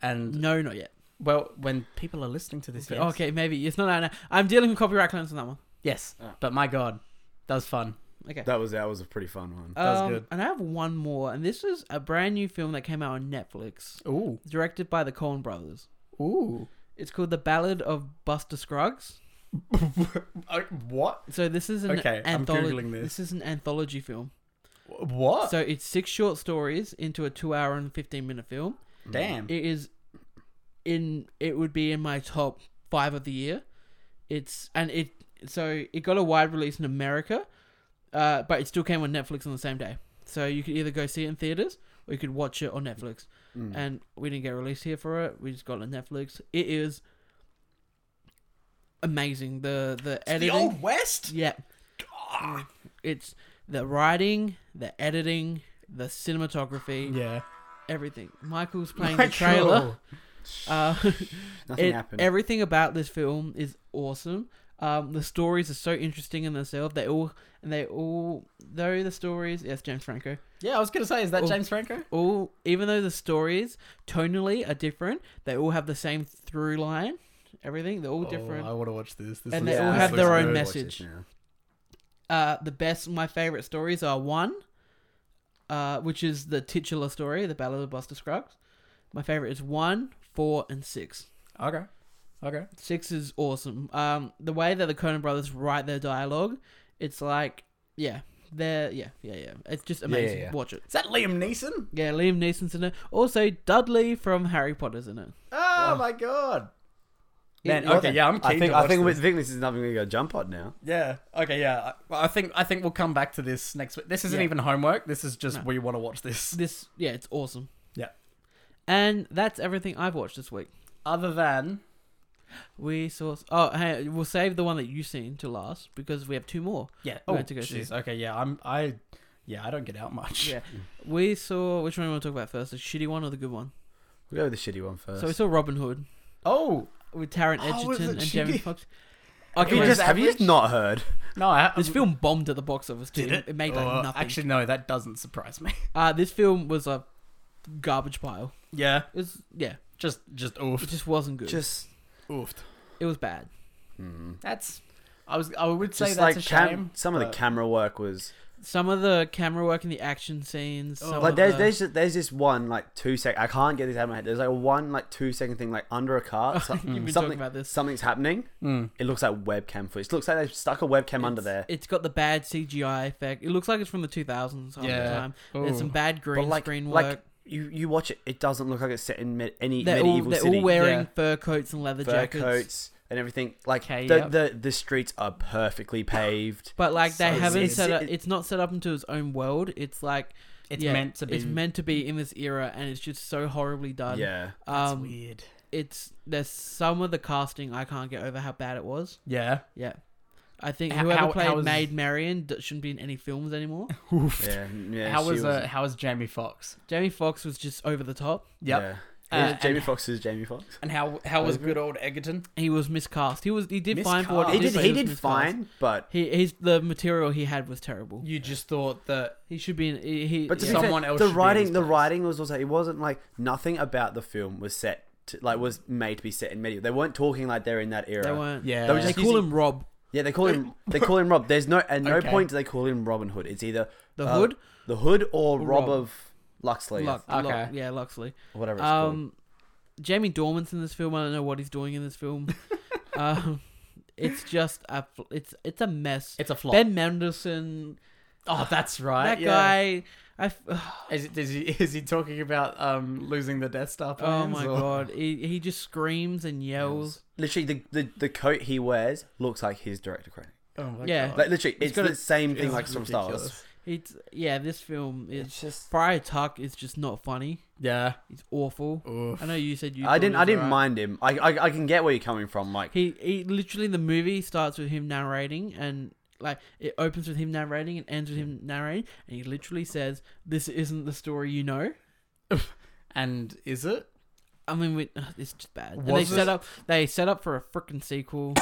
Speaker 3: and
Speaker 2: No, not yet.
Speaker 3: well, when people are listening to this, yes.
Speaker 2: Okay, maybe it's not out now. I'm dealing with copyright claims on that one.
Speaker 3: Yes,
Speaker 1: Ah.
Speaker 3: but my god, that was fun.
Speaker 2: Okay.
Speaker 1: That was that was a pretty fun one.
Speaker 3: that was
Speaker 2: Um,
Speaker 3: good.
Speaker 2: And I have one more, and this is a brand new film that came out on Netflix,
Speaker 3: Ooh,
Speaker 2: directed by the Coen brothers.
Speaker 3: ooh.
Speaker 2: It's called The Ballad of Buster Scruggs.
Speaker 3: Uh, what?
Speaker 2: So this is an
Speaker 3: Okay, I'm
Speaker 2: anthology.
Speaker 3: Googling this. Oh.
Speaker 2: is an anthology film.
Speaker 3: What?
Speaker 2: So it's six short stories into a two-hour and fifteen-minute film.
Speaker 3: Damn.
Speaker 2: It is in. It would be in my top five of the year. It's and it. So it got a wide release in America, uh, but it still came on Netflix on the same day. So you could either go see it in theaters or you could watch it on Netflix.
Speaker 3: Mm.
Speaker 2: And we didn't get released here for it. We just got it on Netflix. It is amazing. The the editing.
Speaker 3: the old west.
Speaker 2: yeah.
Speaker 3: Ah.
Speaker 2: It's the writing, the editing, the cinematography,
Speaker 3: Yeah.
Speaker 2: everything. Michael's playing the
Speaker 3: Michael.
Speaker 2: trailer. Uh,
Speaker 1: Nothing
Speaker 2: it-
Speaker 1: happened.
Speaker 2: Everything about this film is awesome. Um, the stories are so interesting in themselves. They all and they all though the stories yes James Franco
Speaker 3: Yeah, I was gonna say, is that
Speaker 2: Oh.
Speaker 3: James Franco?
Speaker 2: all even though the stories tonally are different, they all have the same through line. Everything they're all different.
Speaker 3: Oh, I want to watch this. this
Speaker 2: And
Speaker 3: looks-
Speaker 2: they all
Speaker 3: this
Speaker 2: have
Speaker 3: looks
Speaker 2: their own
Speaker 3: good.
Speaker 2: mess- message. uh, the best, my favorite stories are one, uh, which is the titular story, the Battle of Buster Scruggs. My favorite is one, four, and six.
Speaker 3: Okay. Okay.
Speaker 2: Six is awesome. Um, the way that the Conan brothers write their dialogue, it's like, yeah, they're yeah, yeah, yeah. It's just
Speaker 1: yeah,
Speaker 2: amazing.
Speaker 1: yeah.
Speaker 2: Watch it.
Speaker 3: Is that Liam Neeson?
Speaker 2: Yeah, Liam Neeson's in it. Also, Dudley from Harry Potter's in it.
Speaker 3: Oh, my god. Man,
Speaker 2: It-
Speaker 3: okay, yeah, I'm keen
Speaker 1: I think
Speaker 3: to
Speaker 1: I
Speaker 3: watch
Speaker 1: think, we-
Speaker 3: this.
Speaker 1: think this is nothing we go jump on now.
Speaker 3: Yeah. Okay. Yeah. I- well, I think I think we'll come back to this next week. This isn't
Speaker 2: Yeah.
Speaker 3: even homework. This is just
Speaker 2: No.
Speaker 3: we want to watch this.
Speaker 2: This yeah, it's awesome.
Speaker 3: Yeah.
Speaker 2: And that's everything I've watched this week.
Speaker 3: Other than
Speaker 2: We saw. Oh, hey, we'll save the one that you've seen to last because we have two more.
Speaker 3: yeah.
Speaker 2: We
Speaker 3: Oh,
Speaker 2: had to go
Speaker 3: jeez. Okay. Yeah. I'm. I. Yeah. I don't get out much.
Speaker 2: Yeah. We saw. Which one do you want to talk about first? The shitty one or the good one?
Speaker 1: We'll go with the shitty one first.
Speaker 2: So we saw Robin Hood
Speaker 3: Oh
Speaker 2: with Tarrant
Speaker 3: Oh, was
Speaker 2: Edgerton
Speaker 3: it
Speaker 2: and Jamie
Speaker 3: shitty?
Speaker 2: Foxx.
Speaker 1: have, you
Speaker 2: Okay,
Speaker 3: was
Speaker 1: just, have you just
Speaker 3: average?
Speaker 1: not heard?
Speaker 3: no. I,
Speaker 2: this film bombed at the box office. Too.
Speaker 3: did it.
Speaker 2: made like
Speaker 3: Oh,
Speaker 2: nothing.
Speaker 3: Actually, no. That doesn't surprise me.
Speaker 2: uh, this film was a garbage pile.
Speaker 3: yeah.
Speaker 2: It was yeah.
Speaker 3: Just just
Speaker 2: It
Speaker 3: oofed.
Speaker 2: just wasn't good.
Speaker 1: Just hmm.
Speaker 3: Oofed.
Speaker 2: it was bad.
Speaker 3: That's. I was. I would say
Speaker 1: just
Speaker 3: that's
Speaker 1: like
Speaker 3: a
Speaker 1: cam-
Speaker 3: shame.
Speaker 1: some of
Speaker 3: but-
Speaker 1: the camera work was
Speaker 2: Some of the camera work in the action scenes.
Speaker 3: Oh,
Speaker 2: some
Speaker 1: like
Speaker 2: of
Speaker 1: there's
Speaker 2: the-
Speaker 1: there's just, there's this one like two sec I can't get this out of my head. There's like one like two second thing like under a car. so-
Speaker 2: You've been talking
Speaker 1: something
Speaker 2: about this.
Speaker 1: something's happening. It looks like webcam footage. It looks like they stuck a webcam under
Speaker 2: It's-
Speaker 1: there.
Speaker 2: It's got the bad CGI effect. It looks like it's from the 2000s. half the
Speaker 3: Yeah.
Speaker 2: time. There's
Speaker 3: Ooh.
Speaker 2: some bad
Speaker 1: But
Speaker 2: green
Speaker 1: like
Speaker 2: screen work.
Speaker 1: like you you watch it, it doesn't look like it's set in med- any
Speaker 2: they're all,
Speaker 1: medieval
Speaker 2: they're
Speaker 1: city.
Speaker 2: all wearing
Speaker 3: Yeah.
Speaker 2: fur coats and leather
Speaker 1: Fur
Speaker 2: jackets.
Speaker 1: coats and everything. Like
Speaker 2: Okay,
Speaker 1: the,
Speaker 2: yep.
Speaker 1: the the streets are perfectly paved.
Speaker 2: But like they
Speaker 1: So
Speaker 2: haven't
Speaker 1: it's-
Speaker 2: set up.
Speaker 1: it-
Speaker 2: It's not set up into its own world. It's like
Speaker 3: It's
Speaker 2: yeah,
Speaker 3: meant to be.
Speaker 2: It's meant to be in this era, and it's just so horribly done.
Speaker 1: yeah.
Speaker 3: That's
Speaker 2: Um,
Speaker 3: weird.
Speaker 2: it's there's some of the casting I can't get over how bad it was.
Speaker 3: Yeah.
Speaker 2: Yeah, I think
Speaker 3: How-
Speaker 2: whoever
Speaker 3: how-
Speaker 2: played
Speaker 3: how is-
Speaker 2: Maid Marian d- shouldn't be in any films anymore.
Speaker 3: Oofed.
Speaker 1: Yeah. yeah
Speaker 3: how
Speaker 1: she
Speaker 3: was uh, how was Jamie Fox?
Speaker 2: Jamie Fox was just over the top.
Speaker 3: Yep.
Speaker 1: Yeah.
Speaker 3: Uh,
Speaker 1: Is Jamie
Speaker 3: and-
Speaker 1: Fox is Jamie Fox.
Speaker 3: And how how was good old Egerton?
Speaker 2: He was miscast. He was he Oh, did fine for what
Speaker 3: Miscast.
Speaker 1: He did
Speaker 2: but
Speaker 3: He
Speaker 1: he
Speaker 2: was
Speaker 1: did
Speaker 2: miscast.
Speaker 1: fine, but
Speaker 2: He he's the material he had was terrible.
Speaker 3: You just thought that
Speaker 2: He should be in. He, he-
Speaker 1: But to
Speaker 2: yeah.
Speaker 1: be
Speaker 3: Someone
Speaker 1: fair,
Speaker 3: else
Speaker 1: the
Speaker 3: should be in
Speaker 1: writing,
Speaker 3: his
Speaker 1: the
Speaker 3: place.
Speaker 1: writing was also. It wasn't like nothing about the film was set to, like was made to be set in medieval. They weren't talking like they're in that era.
Speaker 2: they weren't.
Speaker 3: Yeah.
Speaker 1: They were
Speaker 2: They
Speaker 1: just
Speaker 2: call
Speaker 1: using-
Speaker 2: him Rob.
Speaker 1: Yeah, they call him. They call him Rob. There's no at no
Speaker 3: Okay.
Speaker 1: point do they call him Robin Hood. It's either
Speaker 2: The
Speaker 1: uh,
Speaker 2: Hood?
Speaker 1: the Hood, or Rob,
Speaker 2: Rob.
Speaker 1: of Luxley,
Speaker 2: Lux,
Speaker 3: Okay.
Speaker 2: Lux- yeah, Luxley.
Speaker 1: or whatever it's
Speaker 2: Um, Jamie Dorman's in this film. I don't know what he's doing in this film. um, it's just a fl- it's it's a mess.
Speaker 3: it's a flop.
Speaker 2: Ben Mendelsohn,
Speaker 3: oh, that's
Speaker 1: Uh,
Speaker 3: right.
Speaker 2: that
Speaker 3: yeah.
Speaker 2: guy. I f- oh
Speaker 3: Is, it, is he is he talking about um losing the Death Star plans?
Speaker 2: oh my
Speaker 3: or-
Speaker 2: god, he he just screams and yells.
Speaker 1: called. Literally, the, the the coat he wears looks like his director credit.
Speaker 3: Oh my
Speaker 2: Yeah.
Speaker 3: god.
Speaker 1: Like literally,
Speaker 2: He's
Speaker 1: it's,
Speaker 2: got
Speaker 1: the
Speaker 2: a-
Speaker 1: same thing
Speaker 3: It's
Speaker 1: like from Star Wars.
Speaker 3: ridiculous.
Speaker 2: It's yeah, this film is
Speaker 1: It's just.
Speaker 2: Friar Tuck is just not funny.
Speaker 3: Yeah.
Speaker 2: It's awful.
Speaker 3: Oof.
Speaker 2: I know you said you.
Speaker 1: I
Speaker 2: thought
Speaker 1: didn't.
Speaker 2: it
Speaker 1: I
Speaker 2: was
Speaker 1: didn't
Speaker 2: alright.
Speaker 1: mind him. I, I I can get where you're coming from, Mike.
Speaker 2: He, he literally the movie starts with him narrating and like it opens with him narrating and ends with him narrating and he literally says this isn't the story you know.
Speaker 3: And is it?
Speaker 2: I mean we, ugh, it's just bad. And they
Speaker 3: Was
Speaker 2: set
Speaker 3: this-
Speaker 2: up they set up for a freaking sequel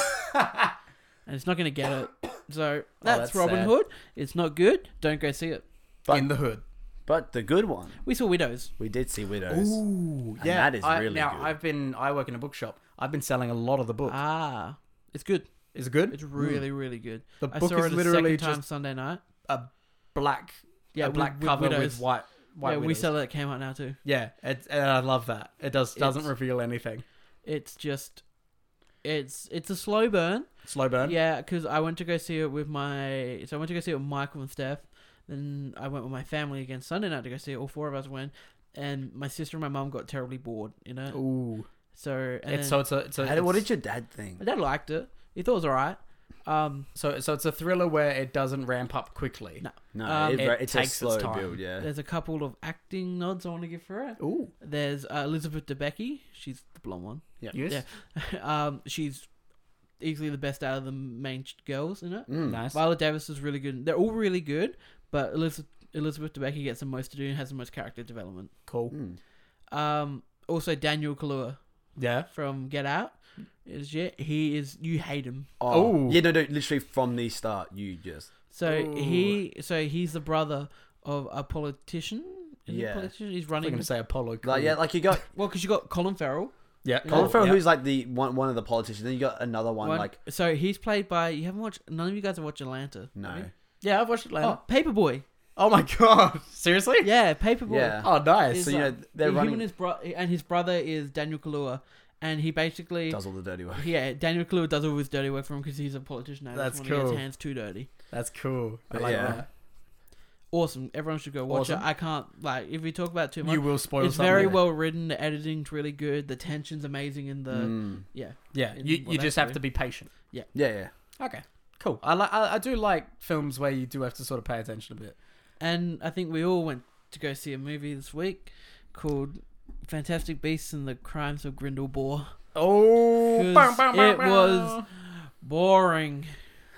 Speaker 2: and it's not going to get it. So that's,
Speaker 3: Oh, that's
Speaker 2: Robin
Speaker 3: sad.
Speaker 2: Hood. It's not good. Don't go see it.
Speaker 1: But-
Speaker 3: in the hood.
Speaker 1: But the good one,
Speaker 2: We saw Widows.
Speaker 1: we did see Widows.
Speaker 3: Ooh,
Speaker 1: And
Speaker 3: yeah.
Speaker 1: that is
Speaker 3: I-
Speaker 1: really
Speaker 3: now
Speaker 1: good.
Speaker 3: I've been I work in a bookshop. I've been selling a lot of the book.
Speaker 2: Ah. It's good.
Speaker 3: is it good?
Speaker 2: It's really really good.
Speaker 3: Hmm. The
Speaker 2: I
Speaker 3: book
Speaker 2: saw
Speaker 3: is
Speaker 2: it a
Speaker 3: literally
Speaker 2: second time
Speaker 3: just
Speaker 2: Sunday night.
Speaker 3: a black
Speaker 2: Yeah,
Speaker 3: a
Speaker 2: with-
Speaker 3: black
Speaker 2: with
Speaker 3: cover
Speaker 2: Widows.
Speaker 3: with white white
Speaker 2: yeah, we
Speaker 3: widows.
Speaker 2: saw that came out now too.
Speaker 3: Yeah, it, and I love that. It does doesn't
Speaker 2: It's-
Speaker 3: reveal anything.
Speaker 2: It's just It's it's a slow burn.
Speaker 3: Slow burn.
Speaker 2: Yeah, because I went to go see it with my so I went to go see it with Michael and Steph. Then I went with my family again Sunday night to go see it. All four of us went, and my sister and my mum got terribly bored. You know,
Speaker 3: Ooh.
Speaker 2: so and
Speaker 3: It's,
Speaker 2: then-
Speaker 3: so it's a. It's a
Speaker 1: How- what
Speaker 3: it's-
Speaker 1: did your dad think?
Speaker 2: my dad liked it. He thought it was alright. Um,
Speaker 3: So so it's a thriller where it doesn't ramp up quickly.
Speaker 2: No.
Speaker 1: No,
Speaker 2: Um,
Speaker 1: it,
Speaker 3: it
Speaker 1: it's
Speaker 3: takes
Speaker 1: a slow
Speaker 3: its time.
Speaker 1: build. Yeah,
Speaker 2: there's a couple of acting nods I want to give for it.
Speaker 3: Ooh.
Speaker 2: There's uh, Elizabeth Debicki. She's the blonde one.
Speaker 3: Yes.
Speaker 2: Yeah. um, she's easily the best out of the main ch- girls in it.
Speaker 1: Mm.
Speaker 3: Nice.
Speaker 2: Viola Davis is really good. They're all really good, but Elizabeth Elizabeth Debicki gets the most to do and has the most character development.
Speaker 3: Cool.
Speaker 1: Mm.
Speaker 2: Um, also Daniel Kaluuya
Speaker 3: Yeah.
Speaker 2: from Get Out is yeah he is you hate him.
Speaker 1: Oh,
Speaker 3: Ooh.
Speaker 1: yeah, no, no, literally from the start, you just
Speaker 2: So
Speaker 3: Ooh.
Speaker 2: he so he's the brother of a politician. Is he a
Speaker 1: Yeah.
Speaker 2: politician? He's
Speaker 3: I'm
Speaker 2: running.
Speaker 3: gonna say Apollo.
Speaker 1: like
Speaker 3: Creed.
Speaker 1: yeah, like you got
Speaker 2: Well, because you got Colin Farrell.
Speaker 3: Yeah.
Speaker 1: Colin
Speaker 3: cool.
Speaker 1: Farrell,
Speaker 3: Yeah.
Speaker 1: who's like the one one of the politicians. Then you got another one,
Speaker 2: One-
Speaker 1: like
Speaker 2: so he's played by you haven't watched none of you guys have watched Atlanta. have
Speaker 1: no,
Speaker 2: you?
Speaker 3: Yeah, I've watched Atlanta.
Speaker 2: Oh, Paperboy.
Speaker 3: Oh, my god. Seriously?
Speaker 2: Yeah, Paperboy.
Speaker 1: yeah.
Speaker 3: Oh, nice.
Speaker 2: Is,
Speaker 1: so you
Speaker 2: uh,
Speaker 1: know they're
Speaker 2: he- him
Speaker 1: running
Speaker 2: and his bro- and his brother is Daniel Kaluuya, and he basically
Speaker 1: does all the dirty work.
Speaker 2: yeah Daniel Kaluuya does all his dirty work for him because he's a politician. and
Speaker 3: That's
Speaker 2: doesn't wanna get
Speaker 3: cool.
Speaker 2: His hands too dirty.
Speaker 3: That's cool. I like
Speaker 1: Yeah.
Speaker 3: that.
Speaker 2: Awesome. Everyone should go watch
Speaker 3: Awesome.
Speaker 2: it. I can't like if we talk about it too much.
Speaker 3: You will spoil
Speaker 2: it's
Speaker 3: something.
Speaker 2: very
Speaker 3: there.
Speaker 2: well written. The editing's really good. The tension's amazing. In the
Speaker 1: Mm.
Speaker 2: yeah,
Speaker 3: Yeah.
Speaker 2: in
Speaker 3: You,
Speaker 2: what
Speaker 3: you
Speaker 2: they
Speaker 3: just have
Speaker 2: do.
Speaker 3: to be patient.
Speaker 1: Yeah, yeah.
Speaker 3: Okay. Cool. I, li- I I do like films where you do have to sort of pay attention a bit.
Speaker 2: and I think we all went to go see a movie this week called Fantastic Beasts and the Crimes of Grindelwald.
Speaker 3: Oh,
Speaker 2: 'Cause it was boring.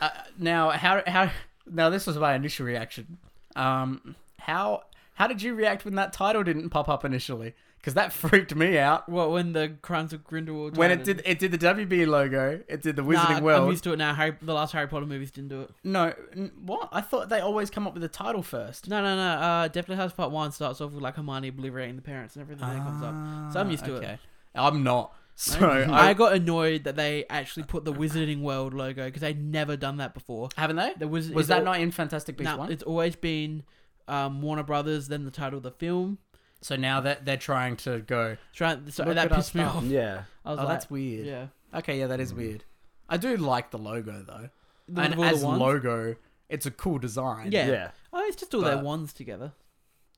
Speaker 3: Uh, now, how how now this was my initial reaction. Um, how how did you react when that title didn't pop up initially? Because that freaked me out.
Speaker 2: Well, when the Crimes of Grindelwald
Speaker 3: When it
Speaker 2: died
Speaker 3: did it did the WB logo, it did the
Speaker 2: Nah,
Speaker 3: Wizarding
Speaker 2: I'm
Speaker 3: World.
Speaker 2: used to it now. Harry, the last Harry Potter movies didn't do it.
Speaker 3: No, n- what? I thought they always come up with the title first.
Speaker 2: No, no, no. Uh, Deathly House Part One starts off with like Hermione obliterating the parents and everything that comes up. So I'm used to it.
Speaker 3: okay. I'm not. So
Speaker 2: I
Speaker 3: Ah, I,
Speaker 2: got annoyed that they actually put the Wizarding World logo because they'd never done that before.
Speaker 3: haven't they?
Speaker 2: The Wizard
Speaker 3: Was
Speaker 2: it's
Speaker 3: that
Speaker 2: al-
Speaker 3: not in Fantastic Beasts
Speaker 2: nah,
Speaker 3: one?
Speaker 2: It's always been um, Warner Brothers, then the title of the film.
Speaker 3: So now that they're trying to go.
Speaker 2: Try, so
Speaker 3: Look
Speaker 2: that
Speaker 3: at us
Speaker 2: pissed me
Speaker 3: now.
Speaker 2: off.
Speaker 1: Yeah.
Speaker 2: I was
Speaker 3: Oh,
Speaker 2: like,
Speaker 3: that's weird.
Speaker 2: yeah. Mm.
Speaker 3: Okay, yeah, that is weird. I do like the logo though,
Speaker 2: The-
Speaker 3: and
Speaker 2: all the
Speaker 3: as
Speaker 2: wands.
Speaker 3: logo, it's a cool design.
Speaker 2: yeah.
Speaker 1: Yeah.
Speaker 2: Oh, it's just all their
Speaker 3: But-
Speaker 2: wands together.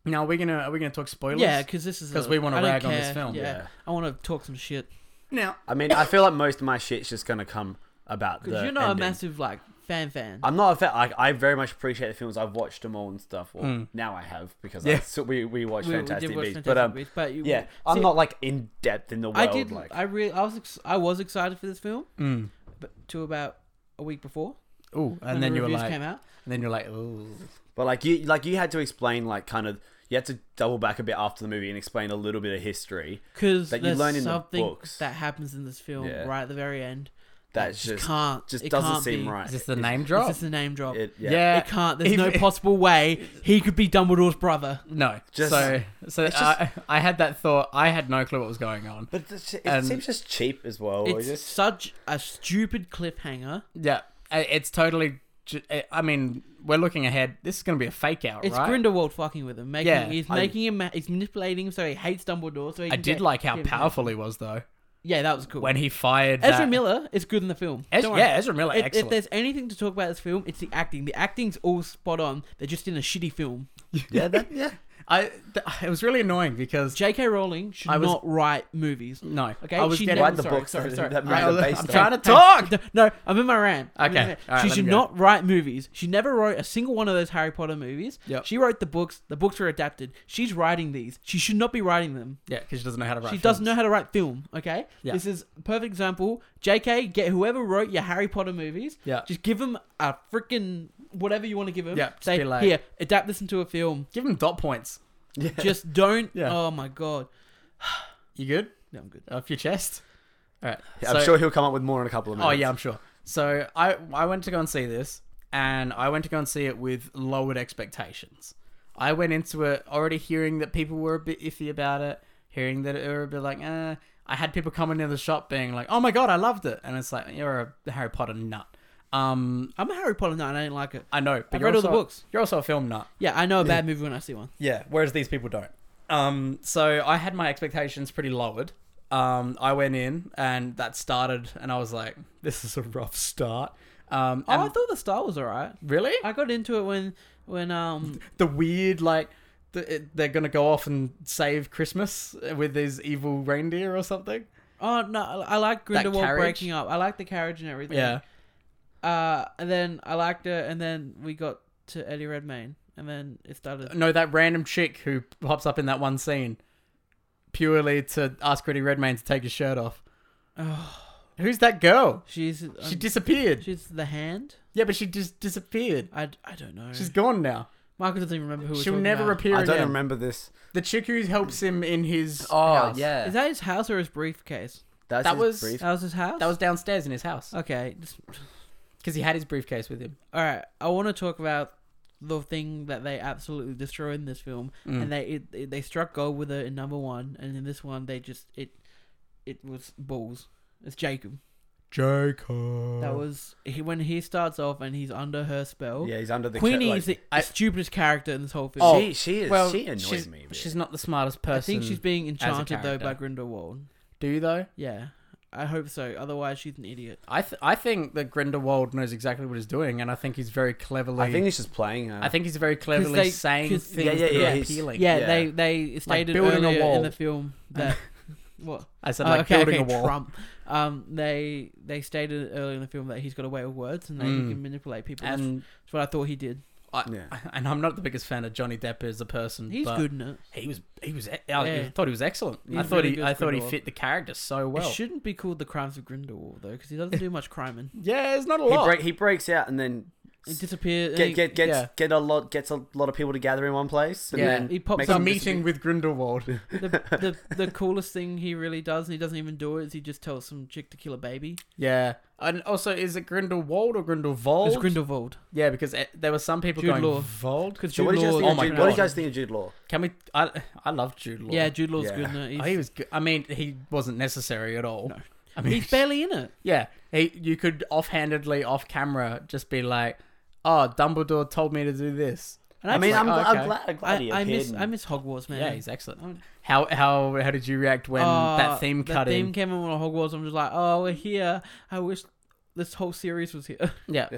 Speaker 3: Now are we gonna are we gonna talk spoilers?
Speaker 2: Yeah, because this is
Speaker 3: 'Cause
Speaker 2: a-
Speaker 3: we wanna
Speaker 2: I don't
Speaker 3: rag on this
Speaker 2: care.
Speaker 3: film.
Speaker 2: Yeah,
Speaker 1: Yeah.
Speaker 2: I want to talk some shit.
Speaker 3: Now
Speaker 1: I mean, I feel like most of my shit's just gonna come about the.
Speaker 2: Because you're not
Speaker 1: ending.
Speaker 2: a massive like fan fan.
Speaker 1: I'm not a fan. Like, I very much appreciate the films. I've watched them all and stuff. Well,
Speaker 3: Mm.
Speaker 1: now I have because
Speaker 3: Yeah.
Speaker 1: I, so we we watched
Speaker 2: We- we did
Speaker 1: Fantastic
Speaker 2: watch
Speaker 1: Beasts. But
Speaker 2: Fantastic
Speaker 1: um,
Speaker 2: Beasts, but you-
Speaker 1: yeah, I'm
Speaker 2: see,
Speaker 1: not like in depth in the world.
Speaker 2: I did.
Speaker 1: Like,
Speaker 2: I really. I was. Ex- I was excited for this film,
Speaker 3: mm.
Speaker 2: but to about a week before,
Speaker 3: Ooh,
Speaker 2: when
Speaker 3: and then
Speaker 2: the
Speaker 3: you were
Speaker 2: reviews
Speaker 3: like
Speaker 2: came out.
Speaker 3: and then you're like, ooh.
Speaker 1: but like you like you had to explain like kind of you had to double back a bit after the movie and explain a little bit of history.
Speaker 2: Because
Speaker 1: that you
Speaker 2: there's
Speaker 1: learn in the
Speaker 2: something
Speaker 1: books.
Speaker 2: that happens in this film
Speaker 1: Yeah.
Speaker 2: right at the very end.
Speaker 1: That's
Speaker 2: It
Speaker 1: just
Speaker 2: can't.
Speaker 1: just
Speaker 2: it
Speaker 1: doesn't
Speaker 2: can't
Speaker 1: seem
Speaker 2: be.
Speaker 1: right.
Speaker 3: Is this the
Speaker 1: It-
Speaker 3: name
Speaker 2: It's
Speaker 3: drop?
Speaker 2: just a name drop.
Speaker 1: It, yeah.
Speaker 3: yeah.
Speaker 2: it can't. There's no
Speaker 3: Even-
Speaker 2: possible way he could be Dumbledore's brother.
Speaker 3: No.
Speaker 1: Just-
Speaker 3: so so
Speaker 1: it's
Speaker 3: I, I had that thought. I had no clue what was going on.
Speaker 1: But it's- it
Speaker 3: And-
Speaker 1: seems just cheap as well. It
Speaker 2: It's
Speaker 1: just-
Speaker 2: such a stupid cliffhanger.
Speaker 3: Yeah, I- it's totally. ju- I- I mean, we're looking ahead. This is gonna be a fake out,
Speaker 2: It's
Speaker 3: right?
Speaker 2: Grindelwald fucking with him. Making,
Speaker 3: Yeah,
Speaker 2: he's
Speaker 1: I-
Speaker 2: making him. ma- He's manipulating him so he hates Dumbledore. So he
Speaker 3: I
Speaker 2: can
Speaker 3: did
Speaker 2: get
Speaker 3: like how
Speaker 2: him back.
Speaker 3: powerful he was though
Speaker 2: Yeah, that was cool.
Speaker 3: when he fired
Speaker 2: Ezra
Speaker 3: that-
Speaker 2: Miller is good in the film.
Speaker 3: Ez-
Speaker 2: Don't worry.
Speaker 3: yeah, Ezra Miller,
Speaker 2: If- if,
Speaker 3: excellent.
Speaker 2: there's anything to talk about this film, it's the acting. The acting's all spot on. They're just in a shitty film.
Speaker 1: yeah, that, yeah.
Speaker 3: I th- it was really annoying because
Speaker 2: J.K. Rowling should
Speaker 3: I was-
Speaker 2: not write movies.
Speaker 3: no,
Speaker 2: Okay,
Speaker 3: I was
Speaker 2: she
Speaker 3: getting.
Speaker 2: never-
Speaker 1: Write the
Speaker 2: sorry,
Speaker 1: books
Speaker 2: sorry,
Speaker 1: that-
Speaker 2: sorry.
Speaker 1: that made
Speaker 3: I,
Speaker 1: it based on.
Speaker 3: am trying to
Speaker 2: Hey,
Speaker 3: talk.
Speaker 2: d- No, I'm in my rant. I'm in
Speaker 3: Okay,
Speaker 2: my rant.
Speaker 3: all right,
Speaker 2: she
Speaker 3: let
Speaker 2: should
Speaker 3: me go.
Speaker 2: not write movies. She never wrote a single one of those Harry Potter movies.
Speaker 3: Yep.
Speaker 2: She wrote the books. The books were adapted. She's writing these. She should not be writing them.
Speaker 3: Yeah, because she doesn't know how to write.
Speaker 2: she doesn't know how to write film. Okay,
Speaker 3: Yeah.
Speaker 2: this is a perfect example. J.K. Get whoever wrote your Harry Potter movies.
Speaker 3: Yeah.
Speaker 2: just give them a freaking whatever you want to give them.
Speaker 3: Yeah, just
Speaker 2: say
Speaker 3: be like-
Speaker 2: here, adapt this into a film.
Speaker 3: Give him dot points.
Speaker 2: Just don't.
Speaker 3: Yeah.
Speaker 2: Oh my god,
Speaker 3: You good?
Speaker 2: no, I'm good.
Speaker 3: Off your chest? All right.
Speaker 1: Yeah, I'm
Speaker 3: So-
Speaker 1: sure he'll come up with more in a couple of minutes.
Speaker 3: Oh yeah, I'm sure. So I I went to go and see this, and I went to go and see it with lowered expectations. I went into it already hearing that people were a bit iffy about it, hearing that it were a bit like, eh. I had people coming into the shop being like, "Oh my god, I loved it," and it's like you're a Harry Potter nut. Um,
Speaker 2: I'm a Harry Potter nut. and I didn't like it.
Speaker 3: I know, but
Speaker 2: I've
Speaker 3: you're
Speaker 2: read all the
Speaker 3: also-
Speaker 2: books.
Speaker 3: You're also a film nut.
Speaker 2: Yeah, I know a bad movie when I see one.
Speaker 3: Yeah, whereas these people don't. Um, so I had my expectations pretty lowered. um, I went in and that started, and I was like, "This is a rough start." Um,
Speaker 2: Oh, I
Speaker 3: and-
Speaker 2: thought the star was alright.
Speaker 3: really?
Speaker 2: I got into it when when um
Speaker 3: the weird like the, it- they're gonna go off and save Christmas with these evil reindeer or something.
Speaker 2: oh no I like Grindelwald
Speaker 3: carriage?
Speaker 2: breaking up. I like the carriage and everything.
Speaker 3: Yeah,
Speaker 2: Uh, and then I liked it, and then we got to Eddie Redmayne, and then it started.
Speaker 3: no, that random chick who pops up in that one scene purely to ask Eddie Redmayne to take his shirt off.
Speaker 2: Oh,
Speaker 3: Who's that girl?
Speaker 2: she's
Speaker 3: She
Speaker 2: um,
Speaker 3: disappeared.
Speaker 2: she's the hand.
Speaker 3: Yeah, but she just disappeared.
Speaker 2: I, I don't know.
Speaker 3: She's gone now.
Speaker 2: Michael doesn't even remember who. we're
Speaker 3: She'll
Speaker 2: talking
Speaker 3: never
Speaker 2: about.
Speaker 3: appear
Speaker 1: I
Speaker 3: again.
Speaker 1: don't remember this.
Speaker 3: The chick who helps him in his
Speaker 1: Oh
Speaker 3: house.
Speaker 1: yeah,
Speaker 2: Is that his house or his briefcase?
Speaker 1: That's
Speaker 3: that
Speaker 1: his
Speaker 3: was-
Speaker 1: brief.
Speaker 2: That was uh, his house.
Speaker 3: that was downstairs in his house
Speaker 2: okay. just-
Speaker 3: because he had his briefcase with him.
Speaker 2: all right. I want to talk about the thing that they absolutely destroy in this film,
Speaker 3: Hmm.
Speaker 2: and they it, it- they struck gold with it in number one, and in this one they just it it was balls. It's Jacob.
Speaker 3: Jacob.
Speaker 2: That was he when he starts off and he's under her spell.
Speaker 1: yeah, he's under the
Speaker 2: Queenie
Speaker 1: Queenie's.
Speaker 2: is the stupidest character in this whole film.
Speaker 3: Oh,
Speaker 1: she, she is.
Speaker 3: well,
Speaker 1: she annoyed
Speaker 3: she's,
Speaker 1: me. A bit.
Speaker 3: she's not the smartest person.
Speaker 2: I think she's being enchanted though by
Speaker 3: character.
Speaker 2: Grindelwald.
Speaker 3: Do you though?
Speaker 2: Yeah, I hope so. Otherwise, she's an idiot.
Speaker 3: I th- I think that Grindelwald knows exactly what he's doing, and I think he's very cleverly.
Speaker 1: I think he's just playing her.
Speaker 3: I think he's very cleverly
Speaker 2: 'Cause they-
Speaker 3: saying
Speaker 2: 'cause-
Speaker 3: things
Speaker 1: Yeah, yeah,
Speaker 3: that
Speaker 1: yeah,
Speaker 3: are
Speaker 1: he's-
Speaker 3: appealing.
Speaker 2: Yeah,
Speaker 1: Yeah.
Speaker 2: they they stated
Speaker 3: building a
Speaker 2: earlier
Speaker 3: wall.
Speaker 2: in the film that what
Speaker 3: I said
Speaker 2: Oh,
Speaker 3: like
Speaker 2: okay,
Speaker 3: building
Speaker 2: okay,
Speaker 3: a wall.
Speaker 2: Trump. Um, they they stated earlier in the film that he's got a way with words and that
Speaker 3: Mm.
Speaker 2: he can manipulate people. That's-
Speaker 3: And
Speaker 2: That's what I thought he did.
Speaker 3: I,
Speaker 1: Yeah.
Speaker 3: and I'm not the biggest fan of Johnny Depp as a person.
Speaker 2: He's
Speaker 3: but
Speaker 2: good in it.
Speaker 3: He was he was. oh, I
Speaker 2: Yeah.
Speaker 3: thought he was excellent.
Speaker 2: He's
Speaker 3: I thought
Speaker 2: really
Speaker 3: he
Speaker 2: good
Speaker 3: I thought he
Speaker 2: Grindelwald.
Speaker 3: fit the character so
Speaker 2: It
Speaker 3: well.
Speaker 2: shouldn't be called the Crimes of Grindelwald though, because he doesn't do much criming.
Speaker 3: Yeah, it's not a
Speaker 1: he,
Speaker 3: lot.
Speaker 1: break, he breaks out and then
Speaker 2: He disappears.
Speaker 1: get get gets,
Speaker 3: yeah.
Speaker 1: get a lot gets a lot of people to gather in one place and
Speaker 3: Yeah.
Speaker 1: then
Speaker 2: He pops
Speaker 1: makes
Speaker 3: It's a
Speaker 1: them
Speaker 3: meeting with Grindelwald.
Speaker 2: the, the the coolest thing he really does, and he doesn't even do it, is he just tells some chick to kill a baby.
Speaker 3: yeah, and also is it Grindelwald or Grindelwald?
Speaker 2: It's Grindelwald.
Speaker 3: Yeah, because eh, there were some people
Speaker 2: Jude
Speaker 3: going
Speaker 2: Law.
Speaker 3: Vold.
Speaker 2: Because
Speaker 1: So
Speaker 2: Jude
Speaker 1: what did you guys
Speaker 2: Law.
Speaker 1: think?
Speaker 3: Oh
Speaker 1: of
Speaker 3: my
Speaker 1: Jude, what did
Speaker 3: God.
Speaker 1: you guys think of Jude Law?
Speaker 3: Can we? I I love Jude Law.
Speaker 2: Yeah, Jude Law's
Speaker 1: Yeah.
Speaker 2: good in it. He's,
Speaker 3: Oh, he was. Good. I mean, he wasn't necessary at all.
Speaker 2: No.
Speaker 3: I mean,
Speaker 2: he's barely in it.
Speaker 3: yeah. He, you could offhandedly, off camera, just be like, "Oh, Dumbledore told me to do this."
Speaker 2: And
Speaker 1: I mean,
Speaker 2: just
Speaker 1: I'm,
Speaker 3: like,
Speaker 1: I'm
Speaker 3: okay.
Speaker 1: glad, I'm glad
Speaker 2: I,
Speaker 1: he
Speaker 2: I
Speaker 1: appeared
Speaker 2: miss
Speaker 1: and-
Speaker 2: I miss Hogwarts, man.
Speaker 3: Yeah, he's excellent.
Speaker 2: I'm-
Speaker 3: How how how did you react when
Speaker 2: Uh,
Speaker 3: that theme
Speaker 2: that
Speaker 3: cut
Speaker 2: theme
Speaker 3: in?
Speaker 2: came in on Hogwarts. I'm just like, oh, we're here. I wish this whole series was here.
Speaker 3: Yeah,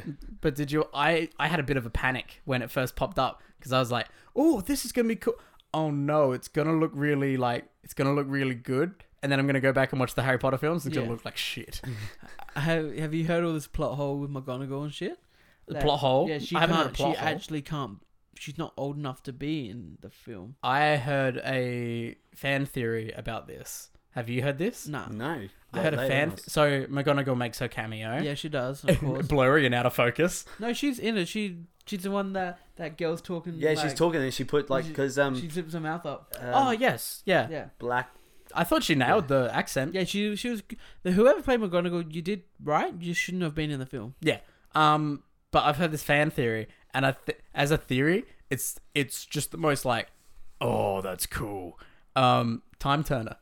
Speaker 3: but did you? I I had a bit of a panic when it first popped up because I was like, "Oh, this is gonna be cool." Oh no, it's gonna look really like it's gonna look really good, and then I'm gonna go back and watch the Harry Potter films. It's
Speaker 2: Yeah.
Speaker 3: gonna look like shit.
Speaker 2: have, have you heard all this plot hole with McGonagall and shit?
Speaker 3: The
Speaker 2: That-
Speaker 3: plot hole.
Speaker 2: Yeah, she
Speaker 3: I haven't heard a
Speaker 2: can't. She
Speaker 3: plot hole.
Speaker 2: actually can't. She's not old enough to be in the film.
Speaker 3: I heard a fan theory about this. Have you heard this?
Speaker 2: Nah.
Speaker 1: No,
Speaker 3: I heard a
Speaker 1: They- they
Speaker 3: fan.
Speaker 1: must-
Speaker 3: so McGonagall makes her cameo.
Speaker 2: Yeah, she does. Of course.
Speaker 3: Blurry and out of focus.
Speaker 2: no, she's in it. She she's the one that that girl's talking.
Speaker 1: Yeah, she's
Speaker 2: like,
Speaker 1: talking and she put like
Speaker 2: she-
Speaker 1: because um,
Speaker 2: She zips her mouth up.
Speaker 1: um,
Speaker 3: oh yes, yeah.
Speaker 2: Yeah.
Speaker 1: black
Speaker 3: I thought she nailed the accent.
Speaker 2: Yeah, she she was the whoever played McGonagall. You did right. You shouldn't have been in the film.
Speaker 3: Um, but I've heard this fan theory, and I th- as a theory, it's it's just the most like, oh, that's cool. Um, time turner.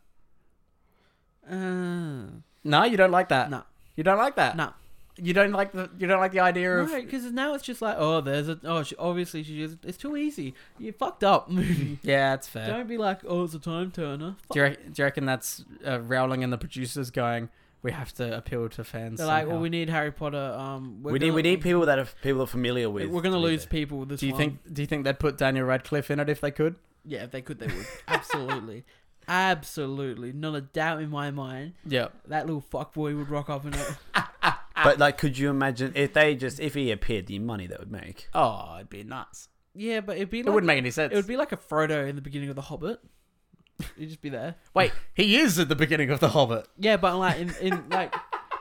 Speaker 2: Uh,
Speaker 3: No, you don't like that.
Speaker 2: No.
Speaker 3: you don't like that.
Speaker 2: No.
Speaker 3: you don't like the you don't like the idea of
Speaker 2: Uh, Right, because now it's just like, oh, there's a, oh, she, obviously she just, it's too easy. You fucked up movie.
Speaker 3: Mm-hmm. yeah, it's fair.
Speaker 2: Don't be like, oh, it's a time turner. Fuck.
Speaker 3: Do you, reckon, do you reckon that's uh, Rowling and the producers going? We have to appeal to fans.
Speaker 2: They're like, well,
Speaker 3: somehow."
Speaker 2: we need Harry Potter. Um, we're
Speaker 1: we need
Speaker 2: gonna-
Speaker 1: we need people that are people are familiar with.
Speaker 2: We're gonna
Speaker 1: to be
Speaker 2: lose
Speaker 1: there.
Speaker 2: people with this.
Speaker 3: do you
Speaker 2: one.
Speaker 3: think? Do you think they'd put Daniel Radcliffe in it if they could?
Speaker 2: Yeah, if they could, they would. Absolutely, absolutely, not a doubt in my mind.
Speaker 3: Yeah.
Speaker 2: That little fuck boy would rock up in it.
Speaker 1: But like, could you imagine if they just if he appeared, the money that would make?
Speaker 3: Oh, it'd be nuts.
Speaker 2: yeah, but it'd be
Speaker 3: it
Speaker 2: like,
Speaker 3: wouldn't make any sense.
Speaker 2: it would be like a Frodo in the beginning of The Hobbit. You'd just be there.
Speaker 3: Wait, he is at the beginning of The Hobbit.
Speaker 2: Yeah, but like in, in like,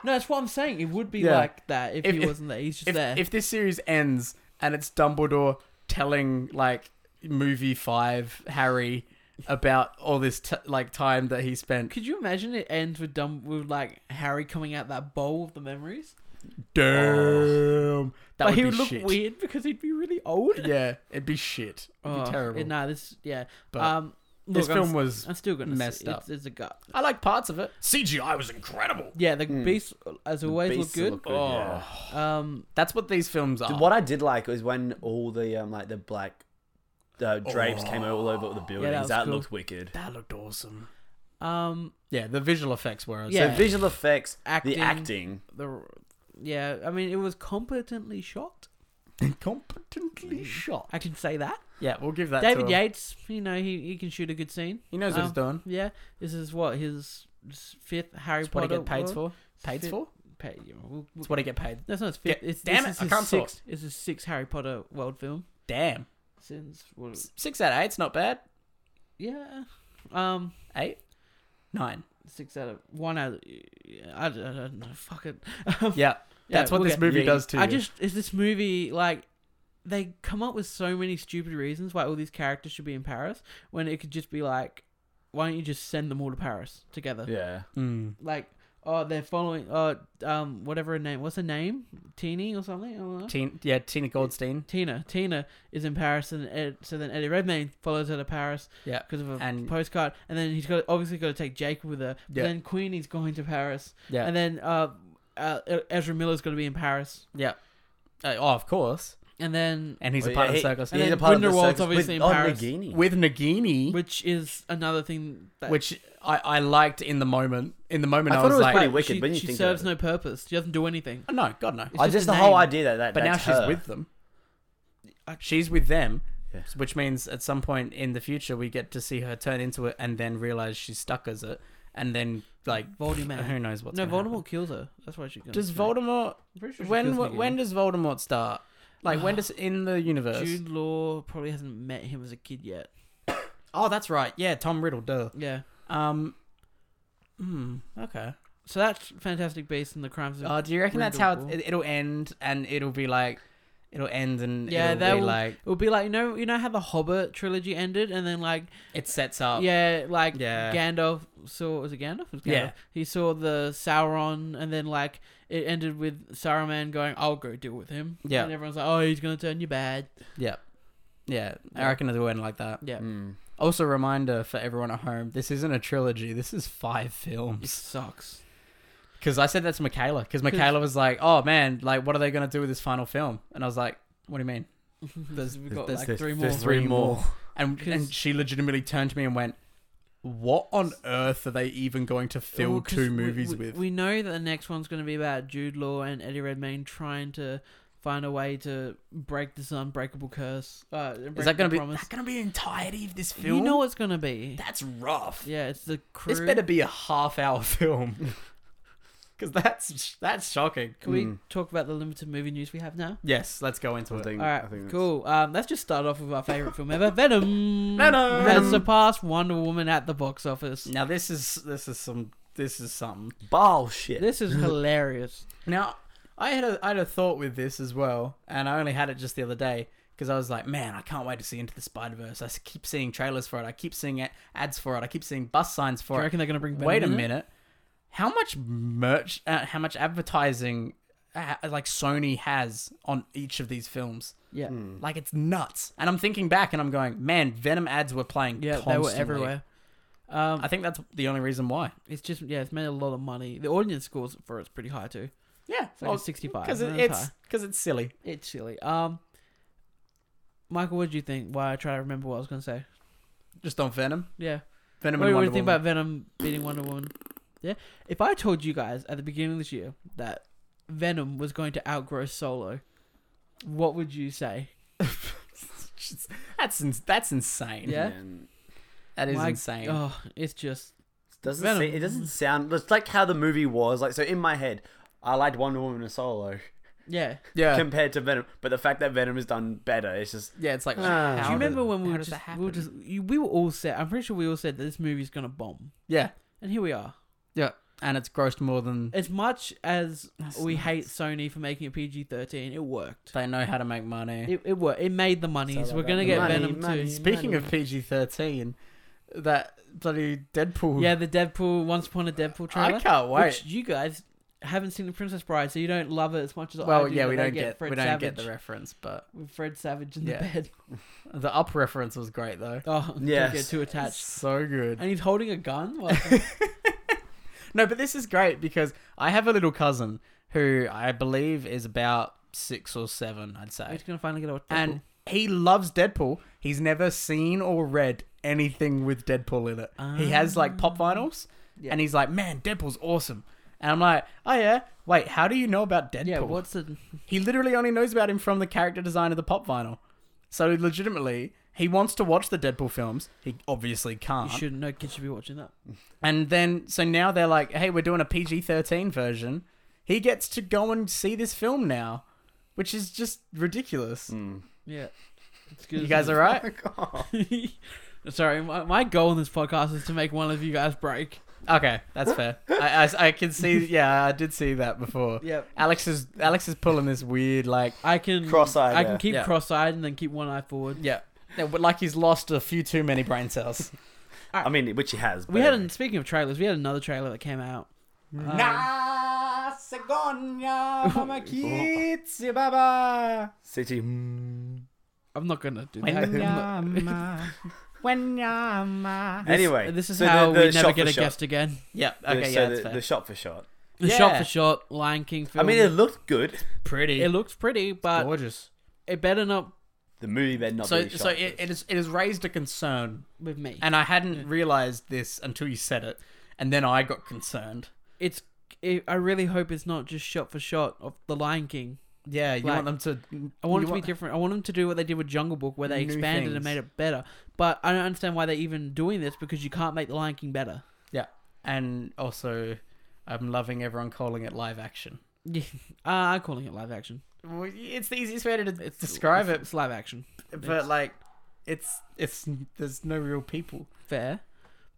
Speaker 2: no, that's what I'm saying. It would be
Speaker 3: Yeah.
Speaker 2: like that if,
Speaker 3: If-
Speaker 2: he
Speaker 3: if-
Speaker 2: wasn't there. He's just
Speaker 3: if,
Speaker 2: there.
Speaker 3: if this series ends and it's Dumbledore telling like movie five Harry about all this t- like time that he spent,
Speaker 2: Could you imagine it ends with dumb with like Harry coming out that bowl of the memories?
Speaker 3: damn, that
Speaker 2: but
Speaker 3: would
Speaker 2: he
Speaker 3: be
Speaker 2: would look
Speaker 3: shit.
Speaker 2: weird because he'd be really old.
Speaker 3: Yeah, it'd be shit. It'd
Speaker 2: Oh,
Speaker 3: be terrible.
Speaker 2: it- nah, this yeah.
Speaker 3: But
Speaker 2: um, look,
Speaker 3: this
Speaker 2: I'm, uh,
Speaker 3: film was.
Speaker 2: I'm still gonna
Speaker 3: messed
Speaker 2: mess it.
Speaker 3: up.
Speaker 2: It's, it's a gut.
Speaker 3: I like parts of it. CGI was incredible.
Speaker 2: Yeah, the beasts as always look
Speaker 1: Beasts
Speaker 2: good.
Speaker 1: look
Speaker 3: Oh.
Speaker 1: yeah.
Speaker 2: Um,
Speaker 3: That's what these films
Speaker 2: Oh.
Speaker 3: are.
Speaker 1: What I did like was when all the um like the black uh, drapes came all over the buildings.
Speaker 2: Oh. was
Speaker 1: that
Speaker 2: cool.
Speaker 1: looked wicked.
Speaker 3: That looked awesome.
Speaker 2: Um,
Speaker 3: Yeah, the visual effects were.
Speaker 2: Yeah.
Speaker 1: So visual effects,
Speaker 2: Acting.
Speaker 1: the acting.
Speaker 2: the yeah, I mean, it was competently shot.
Speaker 3: competently shot.
Speaker 2: I can say that.
Speaker 3: Yeah, we'll give that.
Speaker 2: David
Speaker 3: to him.
Speaker 2: Yates, you know, he, he can shoot a good scene.
Speaker 3: He knows what he's
Speaker 2: Oh.
Speaker 3: doing.
Speaker 2: Yeah, this is what his s- fifth Harry
Speaker 3: It's what he
Speaker 2: Potter.
Speaker 3: get paid
Speaker 2: world-
Speaker 3: for. Paid
Speaker 2: Fit-
Speaker 3: for.
Speaker 2: Pay, yeah, we'll- we'll-
Speaker 3: It's what he get paid.
Speaker 2: that's not his fifth.
Speaker 3: Get-
Speaker 2: it's,
Speaker 3: damn
Speaker 2: this
Speaker 3: it, I
Speaker 2: is his
Speaker 3: can't talk.
Speaker 2: sixth. It's his sixth Harry Potter world film
Speaker 3: Damn.
Speaker 2: since what?
Speaker 3: S- Six out of eight's not bad.
Speaker 2: Yeah, um,
Speaker 3: Eight. Nine.
Speaker 2: six out of one out. Of, I, don't, I don't know. Fuck it.
Speaker 3: Yeah.
Speaker 2: Yeah,
Speaker 3: That's what
Speaker 2: we'll
Speaker 3: this
Speaker 2: get-
Speaker 3: movie
Speaker 1: yeah,
Speaker 3: does to
Speaker 2: I
Speaker 3: you.
Speaker 2: just is this movie like they come up with so many stupid reasons why all these characters should be in Paris when it could just be like, why don't you just send them all to Paris together?
Speaker 1: Yeah.
Speaker 3: Mm.
Speaker 2: Like, oh, they're following, oh, um, whatever her name, what's her name, Teeny or something. I don't know.
Speaker 3: Teen, yeah, Tina Goldstein.
Speaker 2: Tina, Tina is in Paris, and Ed, so then Eddie Redmayne follows her to Paris
Speaker 3: Yeah.
Speaker 2: because of a
Speaker 3: And-
Speaker 2: postcard, and then he's got obviously got to take Jake with her. But
Speaker 3: Yeah.
Speaker 2: Then Queenie's going to Paris,
Speaker 3: Yeah.
Speaker 2: and then uh, uh, Ezra Miller's going to be in Paris,
Speaker 3: yeah. Uh, oh, of course.
Speaker 2: and then
Speaker 3: And he's
Speaker 1: Well,
Speaker 3: a part
Speaker 1: yeah,
Speaker 3: of the
Speaker 1: he-
Speaker 3: circus.
Speaker 2: And
Speaker 1: he's a
Speaker 2: then
Speaker 1: part of the
Speaker 2: Grindelwald's
Speaker 1: circus
Speaker 2: obviously in
Speaker 1: with, on
Speaker 2: Paris.
Speaker 1: Nagini.
Speaker 3: with Nagini, which,
Speaker 2: which is another thing that
Speaker 3: I, I liked in the moment. In the moment,
Speaker 1: I
Speaker 3: I,
Speaker 1: thought it
Speaker 3: was,
Speaker 1: was
Speaker 3: like,
Speaker 1: pretty wicked
Speaker 2: she,
Speaker 1: when you
Speaker 2: she
Speaker 1: think
Speaker 2: serves
Speaker 1: about
Speaker 2: no purpose. She doesn't do anything.
Speaker 3: Oh, no, God no.
Speaker 1: I
Speaker 2: just
Speaker 1: just
Speaker 2: a
Speaker 1: the whole
Speaker 2: name.
Speaker 1: idea that, that
Speaker 3: but now
Speaker 1: that's
Speaker 3: she's
Speaker 1: her.
Speaker 3: with them.
Speaker 2: I-
Speaker 3: she's with them,
Speaker 1: Yeah.
Speaker 3: which means at some point in the future we get to see her turn into it and then realize she's stuck as it, and then like
Speaker 2: Voldemort.
Speaker 3: who knows what's
Speaker 2: no,
Speaker 3: gonna
Speaker 2: Voldemort
Speaker 3: happen.
Speaker 2: kills her. That's why she.
Speaker 3: Does Voldemort
Speaker 2: I'm pretty sure she
Speaker 3: when
Speaker 2: kills
Speaker 3: when,
Speaker 2: Nagini.
Speaker 3: does Voldemort start? Like
Speaker 2: Ah,
Speaker 3: when does in the universe?
Speaker 2: Jude Law probably hasn't met him as a kid yet.
Speaker 3: Oh, that's right. Yeah, Tom Riddle. Duh.
Speaker 2: Yeah.
Speaker 3: Um. Hmm. Okay.
Speaker 2: So that's Fantastic Beasts and the Crimes of.
Speaker 3: Uh, do you reckon that's how
Speaker 2: Riddle.
Speaker 3: it, it'll end? And it'll be like, it'll end and
Speaker 2: Yeah,
Speaker 3: it'll
Speaker 2: that
Speaker 3: be
Speaker 2: will-
Speaker 3: like
Speaker 2: it would be like you know you know how the Hobbit trilogy ended and then like
Speaker 3: it sets up.
Speaker 2: yeah like
Speaker 3: Oh. Yeah.
Speaker 2: Gandalf saw was it Gandalf? It was Gandalf?
Speaker 3: Yeah.
Speaker 2: He saw the Sauron and then like it ended with Saruman going I'll go deal with him.
Speaker 3: Yeah.
Speaker 2: And everyone's like oh he's gonna turn you bad.
Speaker 3: Yeah. Yeah, I
Speaker 2: Yeah.
Speaker 3: reckon it'll end like that.
Speaker 2: Yeah.
Speaker 1: Mm.
Speaker 3: Also, reminder for everyone at home: this isn't a trilogy. This is five
Speaker 2: It
Speaker 3: films.
Speaker 2: sucks.
Speaker 3: Because I said that to Michaela. Because Michaela was like, "Oh man, like what are they gonna do with this final film?" And I was like, "What do you mean?"
Speaker 2: There's, we've got
Speaker 3: there's-
Speaker 2: like
Speaker 1: there's-
Speaker 2: three more.
Speaker 1: there's three more.
Speaker 3: And
Speaker 2: 'Cause-
Speaker 3: and she legitimately turned to me and went, "What on earth are they even going to film
Speaker 2: Well, 'cause
Speaker 3: two
Speaker 2: we-
Speaker 3: movies
Speaker 2: we,
Speaker 3: with?"
Speaker 2: We know that the next one's going to be about Jude Law and Eddie Redmayne trying to find a way to break this unbreakable curse. Uh,
Speaker 3: is that gonna be
Speaker 2: promise.
Speaker 3: that gonna be the entirety of this film?
Speaker 2: You know what's going to be.
Speaker 3: that's rough.
Speaker 2: Yeah, it's the crew.
Speaker 3: This better be a half-hour film. Because that's that's shocking.
Speaker 2: Can we
Speaker 1: Mm.
Speaker 2: talk about the limited movie news we have now?
Speaker 3: Yes, let's go into
Speaker 1: I
Speaker 3: it.
Speaker 1: think,
Speaker 2: All right,
Speaker 1: I think that's-
Speaker 2: cool. Um, let's just start off with our favorite film ever, Venom.
Speaker 3: Venom!
Speaker 2: has surpassed Wonder Woman at the box office.
Speaker 3: Now this is this is some this is something.
Speaker 1: Bullshit.
Speaker 2: This is hilarious.
Speaker 3: Now I had a I had a thought with this as well, and I only had it just the other day because I was like, man, I can't wait to see Into the Spider Verse. I s- keep seeing trailers for it. I keep seeing a- ads for it. I keep seeing bus signs
Speaker 2: Do you
Speaker 3: for it.
Speaker 2: reckon they're going to bring? Venom
Speaker 3: Wait a
Speaker 2: in it?
Speaker 3: minute, how much merch? Uh, how much advertising? Uh, like Sony has on each of these films,
Speaker 2: Yeah,
Speaker 1: Hmm.
Speaker 3: like it's nuts. And I'm thinking back, and I'm going, man, Venom ads were playing.
Speaker 2: yeah,
Speaker 3: constantly.
Speaker 2: they were everywhere. Um,
Speaker 3: I think that's the only reason why.
Speaker 2: It's just yeah, it's made a lot of money. The audience scores for it's pretty high too.
Speaker 3: Yeah,
Speaker 2: It's like a sixty-five.
Speaker 3: because
Speaker 2: and that's
Speaker 3: it's
Speaker 2: high.
Speaker 3: because it's silly.
Speaker 2: it's silly. Um, Michael, what do you think? Why I try to remember what I was gonna say.
Speaker 3: Just on Venom.
Speaker 2: Yeah,
Speaker 3: Venom
Speaker 2: what do
Speaker 3: and
Speaker 2: you
Speaker 3: Wonder
Speaker 2: think
Speaker 3: Woman.
Speaker 2: about Venom beating Wonder Woman? Yeah, if I told you guys at the beginning of this year that Venom was going to outgrow Solo, what would you say?
Speaker 3: Just- that's ins- that's insane.
Speaker 2: Yeah.
Speaker 1: Man.
Speaker 3: That is
Speaker 2: My-
Speaker 3: insane.
Speaker 2: Oh, it's just
Speaker 1: Doesn't
Speaker 2: Venom.
Speaker 1: say- it doesn't sound. It's like how the movie was. Like so, in my head, I liked Wonder Woman and Solo
Speaker 2: yeah.
Speaker 3: yeah,
Speaker 1: compared to Venom. But the fact that Venom has done better, it's just
Speaker 3: yeah. It's like,
Speaker 1: Ah.
Speaker 3: how
Speaker 2: Do you
Speaker 3: did-
Speaker 2: remember when we
Speaker 3: how
Speaker 2: were
Speaker 3: does
Speaker 2: just
Speaker 3: that
Speaker 2: we were
Speaker 3: happen?
Speaker 2: just you, we were all set? I'm pretty sure we all said that this movie's gonna bomb,
Speaker 3: yeah,
Speaker 2: and here we are.
Speaker 3: yeah. And it's grossed more than
Speaker 2: As much as
Speaker 3: That's
Speaker 2: we
Speaker 3: nuts.
Speaker 2: hate Sony for making it PG thirteen, it worked.
Speaker 3: they know how to make money.
Speaker 2: It it worked. It made the money.
Speaker 3: So
Speaker 2: So we're
Speaker 3: they
Speaker 2: gonna
Speaker 3: got
Speaker 2: get
Speaker 3: the money,
Speaker 2: Venom
Speaker 1: money.
Speaker 2: too.
Speaker 3: Speaking of PG thirteen, that bloody Deadpool.
Speaker 2: Yeah, the Deadpool Once Upon a Deadpool trailer.
Speaker 3: I can't wait.
Speaker 2: Which you guys haven't seen the Princess Bride, so you don't love it as much as I
Speaker 3: well,
Speaker 2: do.
Speaker 3: yeah,
Speaker 2: but
Speaker 3: we
Speaker 2: they
Speaker 3: don't get,
Speaker 2: Fred
Speaker 3: we don't
Speaker 2: Savage
Speaker 3: get the reference, but
Speaker 2: with Fred Savage in
Speaker 3: Yeah.
Speaker 2: the bed.
Speaker 3: the up reference was great though.
Speaker 2: Oh,
Speaker 1: Yes.
Speaker 2: don't get too
Speaker 3: That's
Speaker 2: attached.
Speaker 3: so good.
Speaker 2: And he's holding a gun. Well,
Speaker 3: No, but this is great because I have a little cousin who I believe is about six or seven, I'd
Speaker 2: he's
Speaker 3: say.
Speaker 2: gonna finally get a Deadpool.
Speaker 3: And he loves Deadpool. He's never seen or read anything with Deadpool in it. he has like
Speaker 2: Ah.
Speaker 3: pop vinyls, and he's like, "Man, Deadpool's awesome." And I'm like, "Oh yeah, wait, how do you know about Deadpool?"
Speaker 2: Yeah, what's the
Speaker 3: He literally only knows about him from the character design of the pop vinyl. So legitimately, he wants to watch the Deadpool films. He obviously
Speaker 2: you
Speaker 3: can't.
Speaker 2: shouldn't know kids should be watching that.
Speaker 3: And then, so now they're like, hey, we're doing a PG 13 version. He gets to go and see this film now, which is just ridiculous.
Speaker 2: Mm.
Speaker 1: Mm. Oh
Speaker 2: Yeah. It's good
Speaker 3: You
Speaker 2: as
Speaker 3: guys
Speaker 2: it
Speaker 3: all right?
Speaker 2: is. Sorry, my, my goal in this podcast is to make one of you guys break.
Speaker 3: Okay, that's fair. I, I, I can see, yeah, I did see that before.
Speaker 2: Yep.
Speaker 3: Alex is Alex is pulling this weird, like,
Speaker 2: I can
Speaker 1: Cross-eyed,
Speaker 2: I
Speaker 1: yeah.
Speaker 2: can keep
Speaker 3: Yeah.
Speaker 2: cross-eyed and then keep one eye forward.
Speaker 3: yeah, yeah, but like he's lost a few too many brain cells.
Speaker 1: I mean, which he has.
Speaker 2: We
Speaker 1: but-
Speaker 2: had an, speaking of trailers, we had another trailer that came out.
Speaker 3: Na segonia, mama kids, ya baba.
Speaker 1: City. mm.
Speaker 2: I'm not gonna do that.
Speaker 3: When
Speaker 2: I'm not-
Speaker 3: yama, when yama.
Speaker 1: Anyway,
Speaker 2: this is
Speaker 1: so the-
Speaker 2: how
Speaker 1: the
Speaker 2: we never
Speaker 1: shot
Speaker 2: get
Speaker 1: for
Speaker 2: a
Speaker 1: shot.
Speaker 2: guest again.
Speaker 3: Yeah,
Speaker 1: The-
Speaker 3: okay,
Speaker 1: so
Speaker 3: yeah, that's
Speaker 1: the,
Speaker 3: fair.
Speaker 1: the shot for shot.
Speaker 2: The
Speaker 3: Yeah.
Speaker 2: shot for shot Lion King
Speaker 1: I
Speaker 2: film.
Speaker 1: mean, it looked good.
Speaker 3: pretty.
Speaker 2: it looks pretty, but
Speaker 3: gorgeous.
Speaker 2: it better not
Speaker 1: The movie better not
Speaker 3: So,
Speaker 1: be shot.
Speaker 3: so it, it, is, it has raised a concern,
Speaker 2: with me.
Speaker 3: and I hadn't realized this until you said it, and then I got concerned.
Speaker 2: it's it, I really hope it's not just shot for shot of The Lion King.
Speaker 3: Yeah, you
Speaker 2: Like,
Speaker 3: want them to.
Speaker 2: I want
Speaker 3: you
Speaker 2: it to be different. I want them to do what they did with Jungle Book, where they
Speaker 3: New
Speaker 2: expanded
Speaker 3: things.
Speaker 2: and made it better. But I don't understand why they're even doing this because you can't make The Lion King better.
Speaker 3: Yeah, and also, I'm loving everyone calling it live action.
Speaker 2: Yeah, uh, I'm calling it live action.
Speaker 3: Well, It's the easiest way to de- describe
Speaker 2: It's live action.
Speaker 3: it, but like, it's it's there's no real people.
Speaker 2: Fair.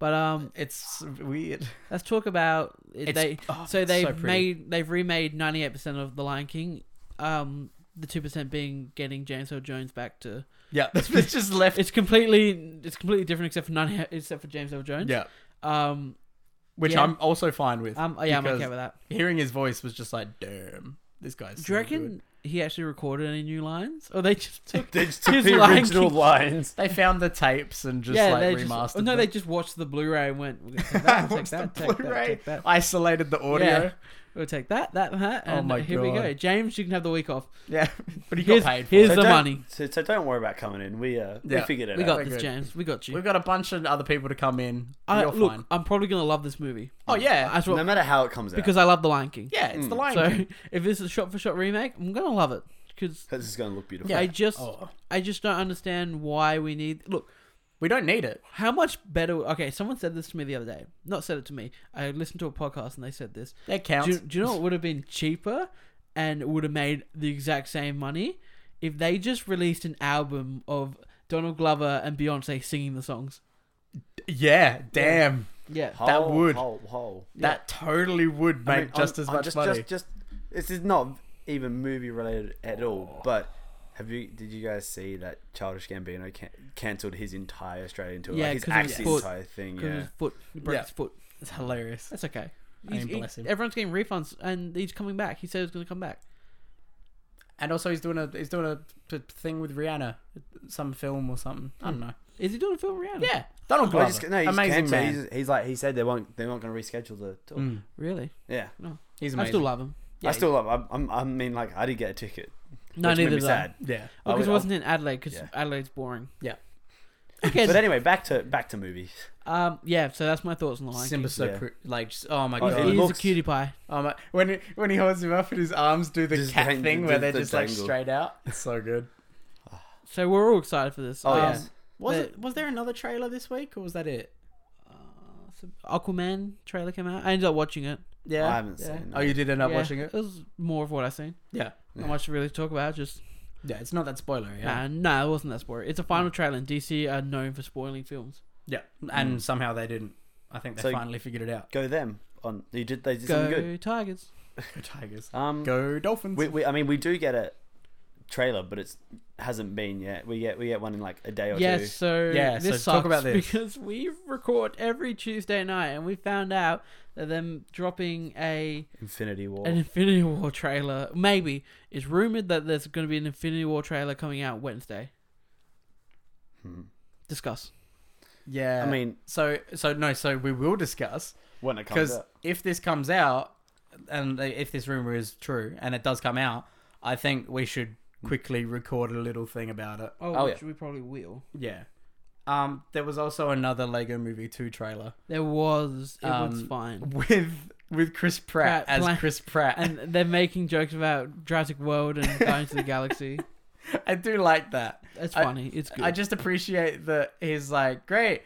Speaker 2: But um,
Speaker 3: It's weird.
Speaker 2: let's talk about
Speaker 3: It's-
Speaker 2: they.
Speaker 3: oh,
Speaker 2: so
Speaker 3: it's
Speaker 2: they've
Speaker 3: so pretty.
Speaker 2: made they've remade ninety eight percent of The Lion King. Um, the two percent being getting James Earl Jones back to.
Speaker 3: Yeah, it's just left.
Speaker 2: It's completely it's completely different except for ninety except for James Earl Jones.
Speaker 3: yeah,
Speaker 2: Um.
Speaker 3: which
Speaker 2: Yeah.
Speaker 3: I'm also fine with.
Speaker 2: Um. Yeah, I'm
Speaker 3: because
Speaker 2: okay with that.
Speaker 3: Hearing his voice was just like, damn, this guy's.
Speaker 2: Do you
Speaker 3: so good.
Speaker 2: reckon he actually recorded any new lines, or they just took?
Speaker 1: They just took
Speaker 2: His
Speaker 1: the
Speaker 2: Lion
Speaker 1: original
Speaker 2: King.
Speaker 1: lines.
Speaker 3: They found the tapes and just oh,
Speaker 2: yeah,
Speaker 3: like
Speaker 2: they
Speaker 3: remastered.
Speaker 2: just. No,
Speaker 3: them.
Speaker 2: they just watched the Blu-ray and went. We'll take that, we'll take
Speaker 3: What's the
Speaker 2: that, take that,
Speaker 3: Blu-ray?
Speaker 2: take that.
Speaker 3: isolated the audio.
Speaker 2: We'll take that, that, that,
Speaker 3: Oh
Speaker 2: and
Speaker 3: my
Speaker 2: here we go.
Speaker 3: God.
Speaker 2: James, you can have the week off.
Speaker 3: Yeah, but he
Speaker 2: Here's-
Speaker 3: got paid for
Speaker 2: here's
Speaker 3: it.
Speaker 2: the
Speaker 1: don't-
Speaker 2: money.
Speaker 1: So, so don't worry about coming in. We uh,
Speaker 3: Yeah.
Speaker 1: we figured it
Speaker 2: We
Speaker 1: out.
Speaker 2: got
Speaker 3: we're
Speaker 2: this,
Speaker 3: good.
Speaker 2: James. We got you.
Speaker 3: We've got a bunch of other people to come in.
Speaker 2: I-
Speaker 3: You're
Speaker 2: look,
Speaker 3: fine.
Speaker 2: I'm probably gonna love this movie.
Speaker 3: Oh yeah,
Speaker 2: That's what,
Speaker 1: no matter how it comes
Speaker 2: because I love The Lion King.
Speaker 3: yeah. It's the Lion
Speaker 2: So
Speaker 3: King.
Speaker 2: if this is a shot-for-shot remake, I'm gonna love it because
Speaker 1: out, this is going to look beautiful.
Speaker 2: I just,
Speaker 3: Oh.
Speaker 2: I just don't understand why we need. Look,
Speaker 3: We don't need it.
Speaker 2: How much better? Okay, someone said this to me the other day. Not said it to me. I listened to a podcast and they said this.
Speaker 3: That counts.
Speaker 2: Do, do you know what would have been cheaper and would have made the exact same money if they just released an album of Donald Glover and Beyonce singing the songs?
Speaker 3: yeah, damn.
Speaker 2: Yeah.
Speaker 1: Whole,
Speaker 3: that would.
Speaker 1: whole, whole.
Speaker 3: That totally would
Speaker 1: I
Speaker 3: make
Speaker 1: mean,
Speaker 3: just
Speaker 1: on-
Speaker 3: as
Speaker 1: on
Speaker 3: much
Speaker 1: just,
Speaker 3: money.
Speaker 1: Just, just, this is not even movie related at all. But have you? Did you guys see that Childish Gambino can- cancelled his entire Australian tour?
Speaker 2: Yeah,
Speaker 1: like his
Speaker 2: 'cause of his
Speaker 1: axis
Speaker 2: foot.
Speaker 1: entire thing.
Speaker 2: Because
Speaker 1: Yeah.
Speaker 2: his foot, he broke
Speaker 3: Yeah.
Speaker 2: his foot.
Speaker 3: It's hilarious.
Speaker 2: That's okay.
Speaker 3: I mean,
Speaker 2: He's- he-
Speaker 3: bless him.
Speaker 2: everyone's getting refunds and he's coming back. He said he was going to come back.
Speaker 3: And also, he's doing a he's doing a p- thing with Rihanna, some film or something. I don't know. Oh,
Speaker 2: Is he doing a film with Rihanna?
Speaker 3: Yeah, Hmm. Donald
Speaker 1: Well,
Speaker 3: Glover,
Speaker 1: Oh, he's- no, he's
Speaker 3: amazing
Speaker 1: cancelled.
Speaker 3: man.
Speaker 1: He's, he's like he said they won't. They're not going to reschedule the tour.
Speaker 3: Mm.
Speaker 2: Really?
Speaker 1: Yeah.
Speaker 3: He's
Speaker 2: I
Speaker 3: amazing.
Speaker 2: still love him.
Speaker 3: Yeah,
Speaker 1: I still love. I'm, I'm, I mean, like I did get a ticket.
Speaker 2: No,
Speaker 1: which made
Speaker 2: neither
Speaker 1: me
Speaker 2: did I.
Speaker 1: sad.
Speaker 3: yeah,
Speaker 2: Oh,
Speaker 1: I
Speaker 2: because
Speaker 1: would-
Speaker 2: it wasn't in Adelaide because
Speaker 1: Yeah.
Speaker 2: Adelaide's boring.
Speaker 3: Yeah.
Speaker 2: Okay.
Speaker 1: But anyway, back to back to movies.
Speaker 2: Um, yeah, so that's my thoughts on the Lion
Speaker 3: Simba
Speaker 2: King.
Speaker 3: so
Speaker 1: Yeah.
Speaker 3: pr- like just, oh my
Speaker 1: Oh,
Speaker 3: god,
Speaker 1: it
Speaker 2: He is a
Speaker 1: looks-
Speaker 2: cutie pie.
Speaker 3: Oh my! When he, when he holds him up and his arms do the
Speaker 1: Just
Speaker 3: cat
Speaker 1: dang-
Speaker 3: thing
Speaker 1: the-
Speaker 3: where they're
Speaker 1: the
Speaker 3: just like
Speaker 1: dangle.
Speaker 3: straight out. It's so good.
Speaker 2: So we're all excited for this.
Speaker 1: Oh
Speaker 2: um,
Speaker 1: yes.
Speaker 3: Was
Speaker 2: The-
Speaker 3: it? Was there another trailer this week or was that it?
Speaker 2: so Um, uh, Aquaman trailer came out. I ended up watching it.
Speaker 3: Yeah,
Speaker 1: I haven't seen it.
Speaker 3: Oh, you did end up
Speaker 2: Yeah,
Speaker 3: watching it.
Speaker 2: It was more of what I seen.
Speaker 3: Yeah,
Speaker 2: Not much to really talk about. Just
Speaker 3: yeah. It's not that spoiler. Yeah,
Speaker 2: nah, nah, it wasn't that spoiler. It's a final trailer, and DC are uh, known for spoiling films.
Speaker 3: yeah. And somehow they didn't. I think they
Speaker 1: Mm. So-
Speaker 3: finally figured it out.
Speaker 1: Go them on. You did. They did
Speaker 2: Go
Speaker 1: something good.
Speaker 2: Tigers!
Speaker 3: Go Tigers.
Speaker 1: Um,
Speaker 3: Go Dolphins.
Speaker 1: we, we, I mean, we do get a trailer, but it's hasn't been yet. We get we get one in like a day or
Speaker 2: Yes,
Speaker 1: two.
Speaker 2: so
Speaker 3: Yeah,
Speaker 2: this
Speaker 3: so talk
Speaker 2: sucks
Speaker 3: about this.
Speaker 2: because we record every Tuesday night, and we found out that them dropping a
Speaker 1: Infinity War.
Speaker 2: an Infinity War trailer. Maybe it's rumored that there's going to be an Infinity War trailer coming out Wednesday.
Speaker 1: Hmm.
Speaker 2: Discuss.
Speaker 3: yeah.
Speaker 1: I mean,
Speaker 3: so so no. So we will discuss
Speaker 1: when it comes
Speaker 3: because
Speaker 1: out.
Speaker 3: if this comes out and they- if this rumor is true and it does come out, I think we should
Speaker 1: Mm.
Speaker 3: quickly recorded a little thing about it.
Speaker 2: Oh,
Speaker 1: Oh,
Speaker 2: which we probably will.
Speaker 3: Yeah. Um, there was also another Lego Movie 2 trailer
Speaker 2: There was. It was
Speaker 3: Um,
Speaker 2: fine.
Speaker 3: with with Chris Pratt,
Speaker 2: Pratt
Speaker 3: as
Speaker 2: playing-
Speaker 3: Chris Pratt.
Speaker 2: And they're making jokes about Jurassic World and Guardians of the Galaxy.
Speaker 3: I do like that.
Speaker 2: That's
Speaker 3: I-
Speaker 2: funny. it's good.
Speaker 3: I just appreciate that he's like, great.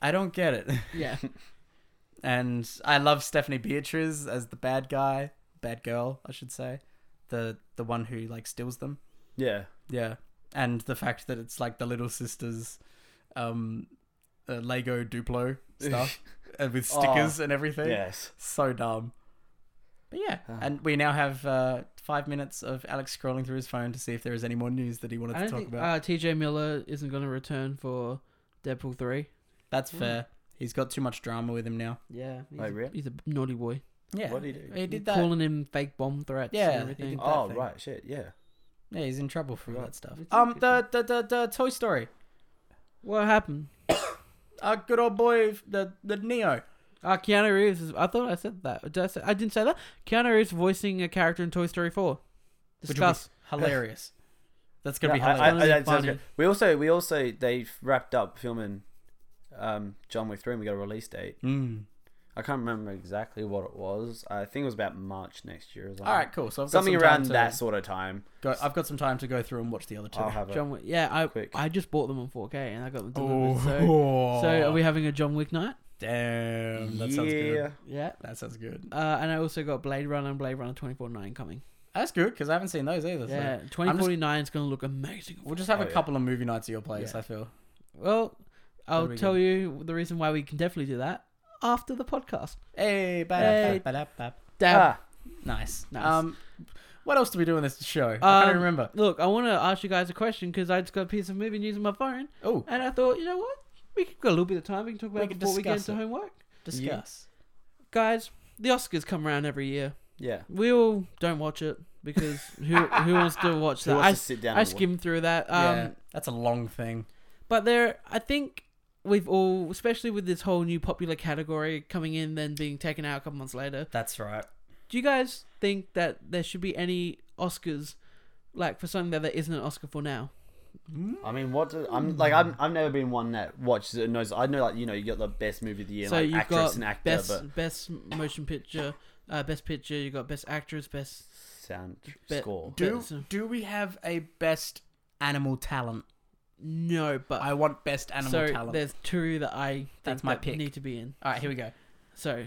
Speaker 3: I don't get it.
Speaker 2: yeah.
Speaker 3: And I love Stephanie Beatriz as the bad guy, bad girl, I should say, the the one who like steals them.
Speaker 1: Yeah.
Speaker 3: Yeah, and the fact that it's like the little sisters, um, uh, Lego Duplo stuff, and with
Speaker 1: Oh,
Speaker 3: stickers and everything.
Speaker 1: Yes.
Speaker 3: so dumb. But yeah,
Speaker 1: Ah.
Speaker 3: and we now have uh, five minutes of Alex scrolling through his phone to see if there is any more news that he wanted
Speaker 2: I
Speaker 3: to
Speaker 2: don't
Speaker 3: talk
Speaker 2: think uh,
Speaker 3: about.
Speaker 2: TJ Miller isn't going to return for Deadpool 3.
Speaker 3: That's
Speaker 2: Hmm.
Speaker 3: fair. He's got too much drama with him now.
Speaker 2: Yeah. He's,
Speaker 1: Like, really?
Speaker 2: he's a naughty boy.
Speaker 3: Yeah,
Speaker 1: What did he do?
Speaker 3: He did that.
Speaker 2: Calling him fake bomb threats
Speaker 3: Yeah,
Speaker 2: yeah,
Speaker 3: he
Speaker 2: and everything.
Speaker 3: did that
Speaker 1: Oh
Speaker 3: thing.
Speaker 1: right, shit. Yeah.
Speaker 3: Yeah, he's in trouble for all
Speaker 1: Forgot.
Speaker 3: that stuff.
Speaker 2: It's
Speaker 3: Um,
Speaker 2: okay.
Speaker 3: the, the the the Toy Story.
Speaker 2: What happened?
Speaker 3: Our good old boy, the the Neo.
Speaker 2: Uh, Keanu Reeves. Is, I thought I said that. Did I, say, I didn't say that. Keanu Reeves voicing a character in Toy Story 4.
Speaker 3: Which would be
Speaker 2: Discuss.
Speaker 3: Hilarious. That's gonna be
Speaker 1: Yeah, I- I-
Speaker 2: It's
Speaker 3: hilarious.
Speaker 2: gonna be
Speaker 1: I- that sounds
Speaker 2: funny.
Speaker 1: good. We also we also they wrapped up filming um, John Wick three and we got a release date.
Speaker 3: Mm.
Speaker 1: I can't remember exactly what it was. I think it was about March next year. or something.
Speaker 3: All right, cool. So I've
Speaker 1: something
Speaker 3: got some time
Speaker 1: around
Speaker 3: to
Speaker 1: that sort of time.
Speaker 3: Go, I've got some time to go through and watch the other two.
Speaker 1: I'll have a
Speaker 2: John Wick. Yeah, I
Speaker 1: Uh, quick.
Speaker 2: I just bought them on 4K and I got them delivered. So,
Speaker 3: Oh,
Speaker 2: so are we having a John Wick night?
Speaker 3: Damn, that
Speaker 1: yeah.
Speaker 3: sounds good.
Speaker 2: Yeah.
Speaker 3: That sounds good.
Speaker 2: Uh, and I also got Blade Runner and Blade Runner 2049 coming.
Speaker 3: That's good because I haven't seen those either. so-
Speaker 2: Yeah, 2049 is going to look amazing.
Speaker 3: We'll just have
Speaker 1: Oh,
Speaker 3: a
Speaker 1: yeah.
Speaker 3: couple of movie nights at your place.
Speaker 2: Yeah.
Speaker 3: I feel.
Speaker 2: Well, I'll
Speaker 3: we
Speaker 2: tell
Speaker 3: go.
Speaker 2: you the reason why we can definitely do that after the podcast.
Speaker 3: Hey, ba
Speaker 2: Hey. Dab.
Speaker 1: Ah,
Speaker 3: Nice.
Speaker 2: Nice.
Speaker 3: Um, what else do we do in this show? I can't
Speaker 2: Um,
Speaker 3: remember.
Speaker 2: Look, I want to ask you guys a question because I just got a piece of movie news on my phone,
Speaker 3: Oh,
Speaker 2: and I thought, you know what? We could got a little bit of time. We can talk about
Speaker 3: We
Speaker 2: it
Speaker 3: can
Speaker 2: before we get
Speaker 3: discuss
Speaker 2: into
Speaker 3: it.
Speaker 2: homework,
Speaker 3: discuss.
Speaker 2: guys. The Oscars come around every year.
Speaker 1: yeah.
Speaker 2: We all don't watch it because who who wants to watch
Speaker 1: Who
Speaker 2: that?
Speaker 1: wants
Speaker 2: I,
Speaker 1: to sit down?
Speaker 2: I
Speaker 1: and watch-
Speaker 2: skimmed through that. Um,
Speaker 3: yeah, that's a long thing.
Speaker 2: But there, I think we've all, especially with this whole new popular category coming in, then being taken out a couple months later.
Speaker 3: That's right.
Speaker 2: Do you guys think that there should be any Oscars, like for something that there isn't an Oscar for now?
Speaker 1: I mean, what? Do, I'm like, I'm, I've never been one that watches it and knows. I know, like, you know, you got the best movie of the year,
Speaker 2: so
Speaker 1: like
Speaker 2: you've
Speaker 1: actress
Speaker 2: got
Speaker 1: and actor,
Speaker 2: best
Speaker 1: but
Speaker 2: best motion picture, uh, best picture. You got best actress, best
Speaker 1: sound
Speaker 2: Be-
Speaker 1: score.
Speaker 3: Do
Speaker 2: Best-
Speaker 3: do we have a best animal talent?
Speaker 2: no, but
Speaker 3: I want best animal
Speaker 2: so
Speaker 3: talent.
Speaker 2: there's two that I think
Speaker 3: That's my
Speaker 2: that
Speaker 3: pick.
Speaker 2: need to be in.
Speaker 3: All right, here we go.
Speaker 2: So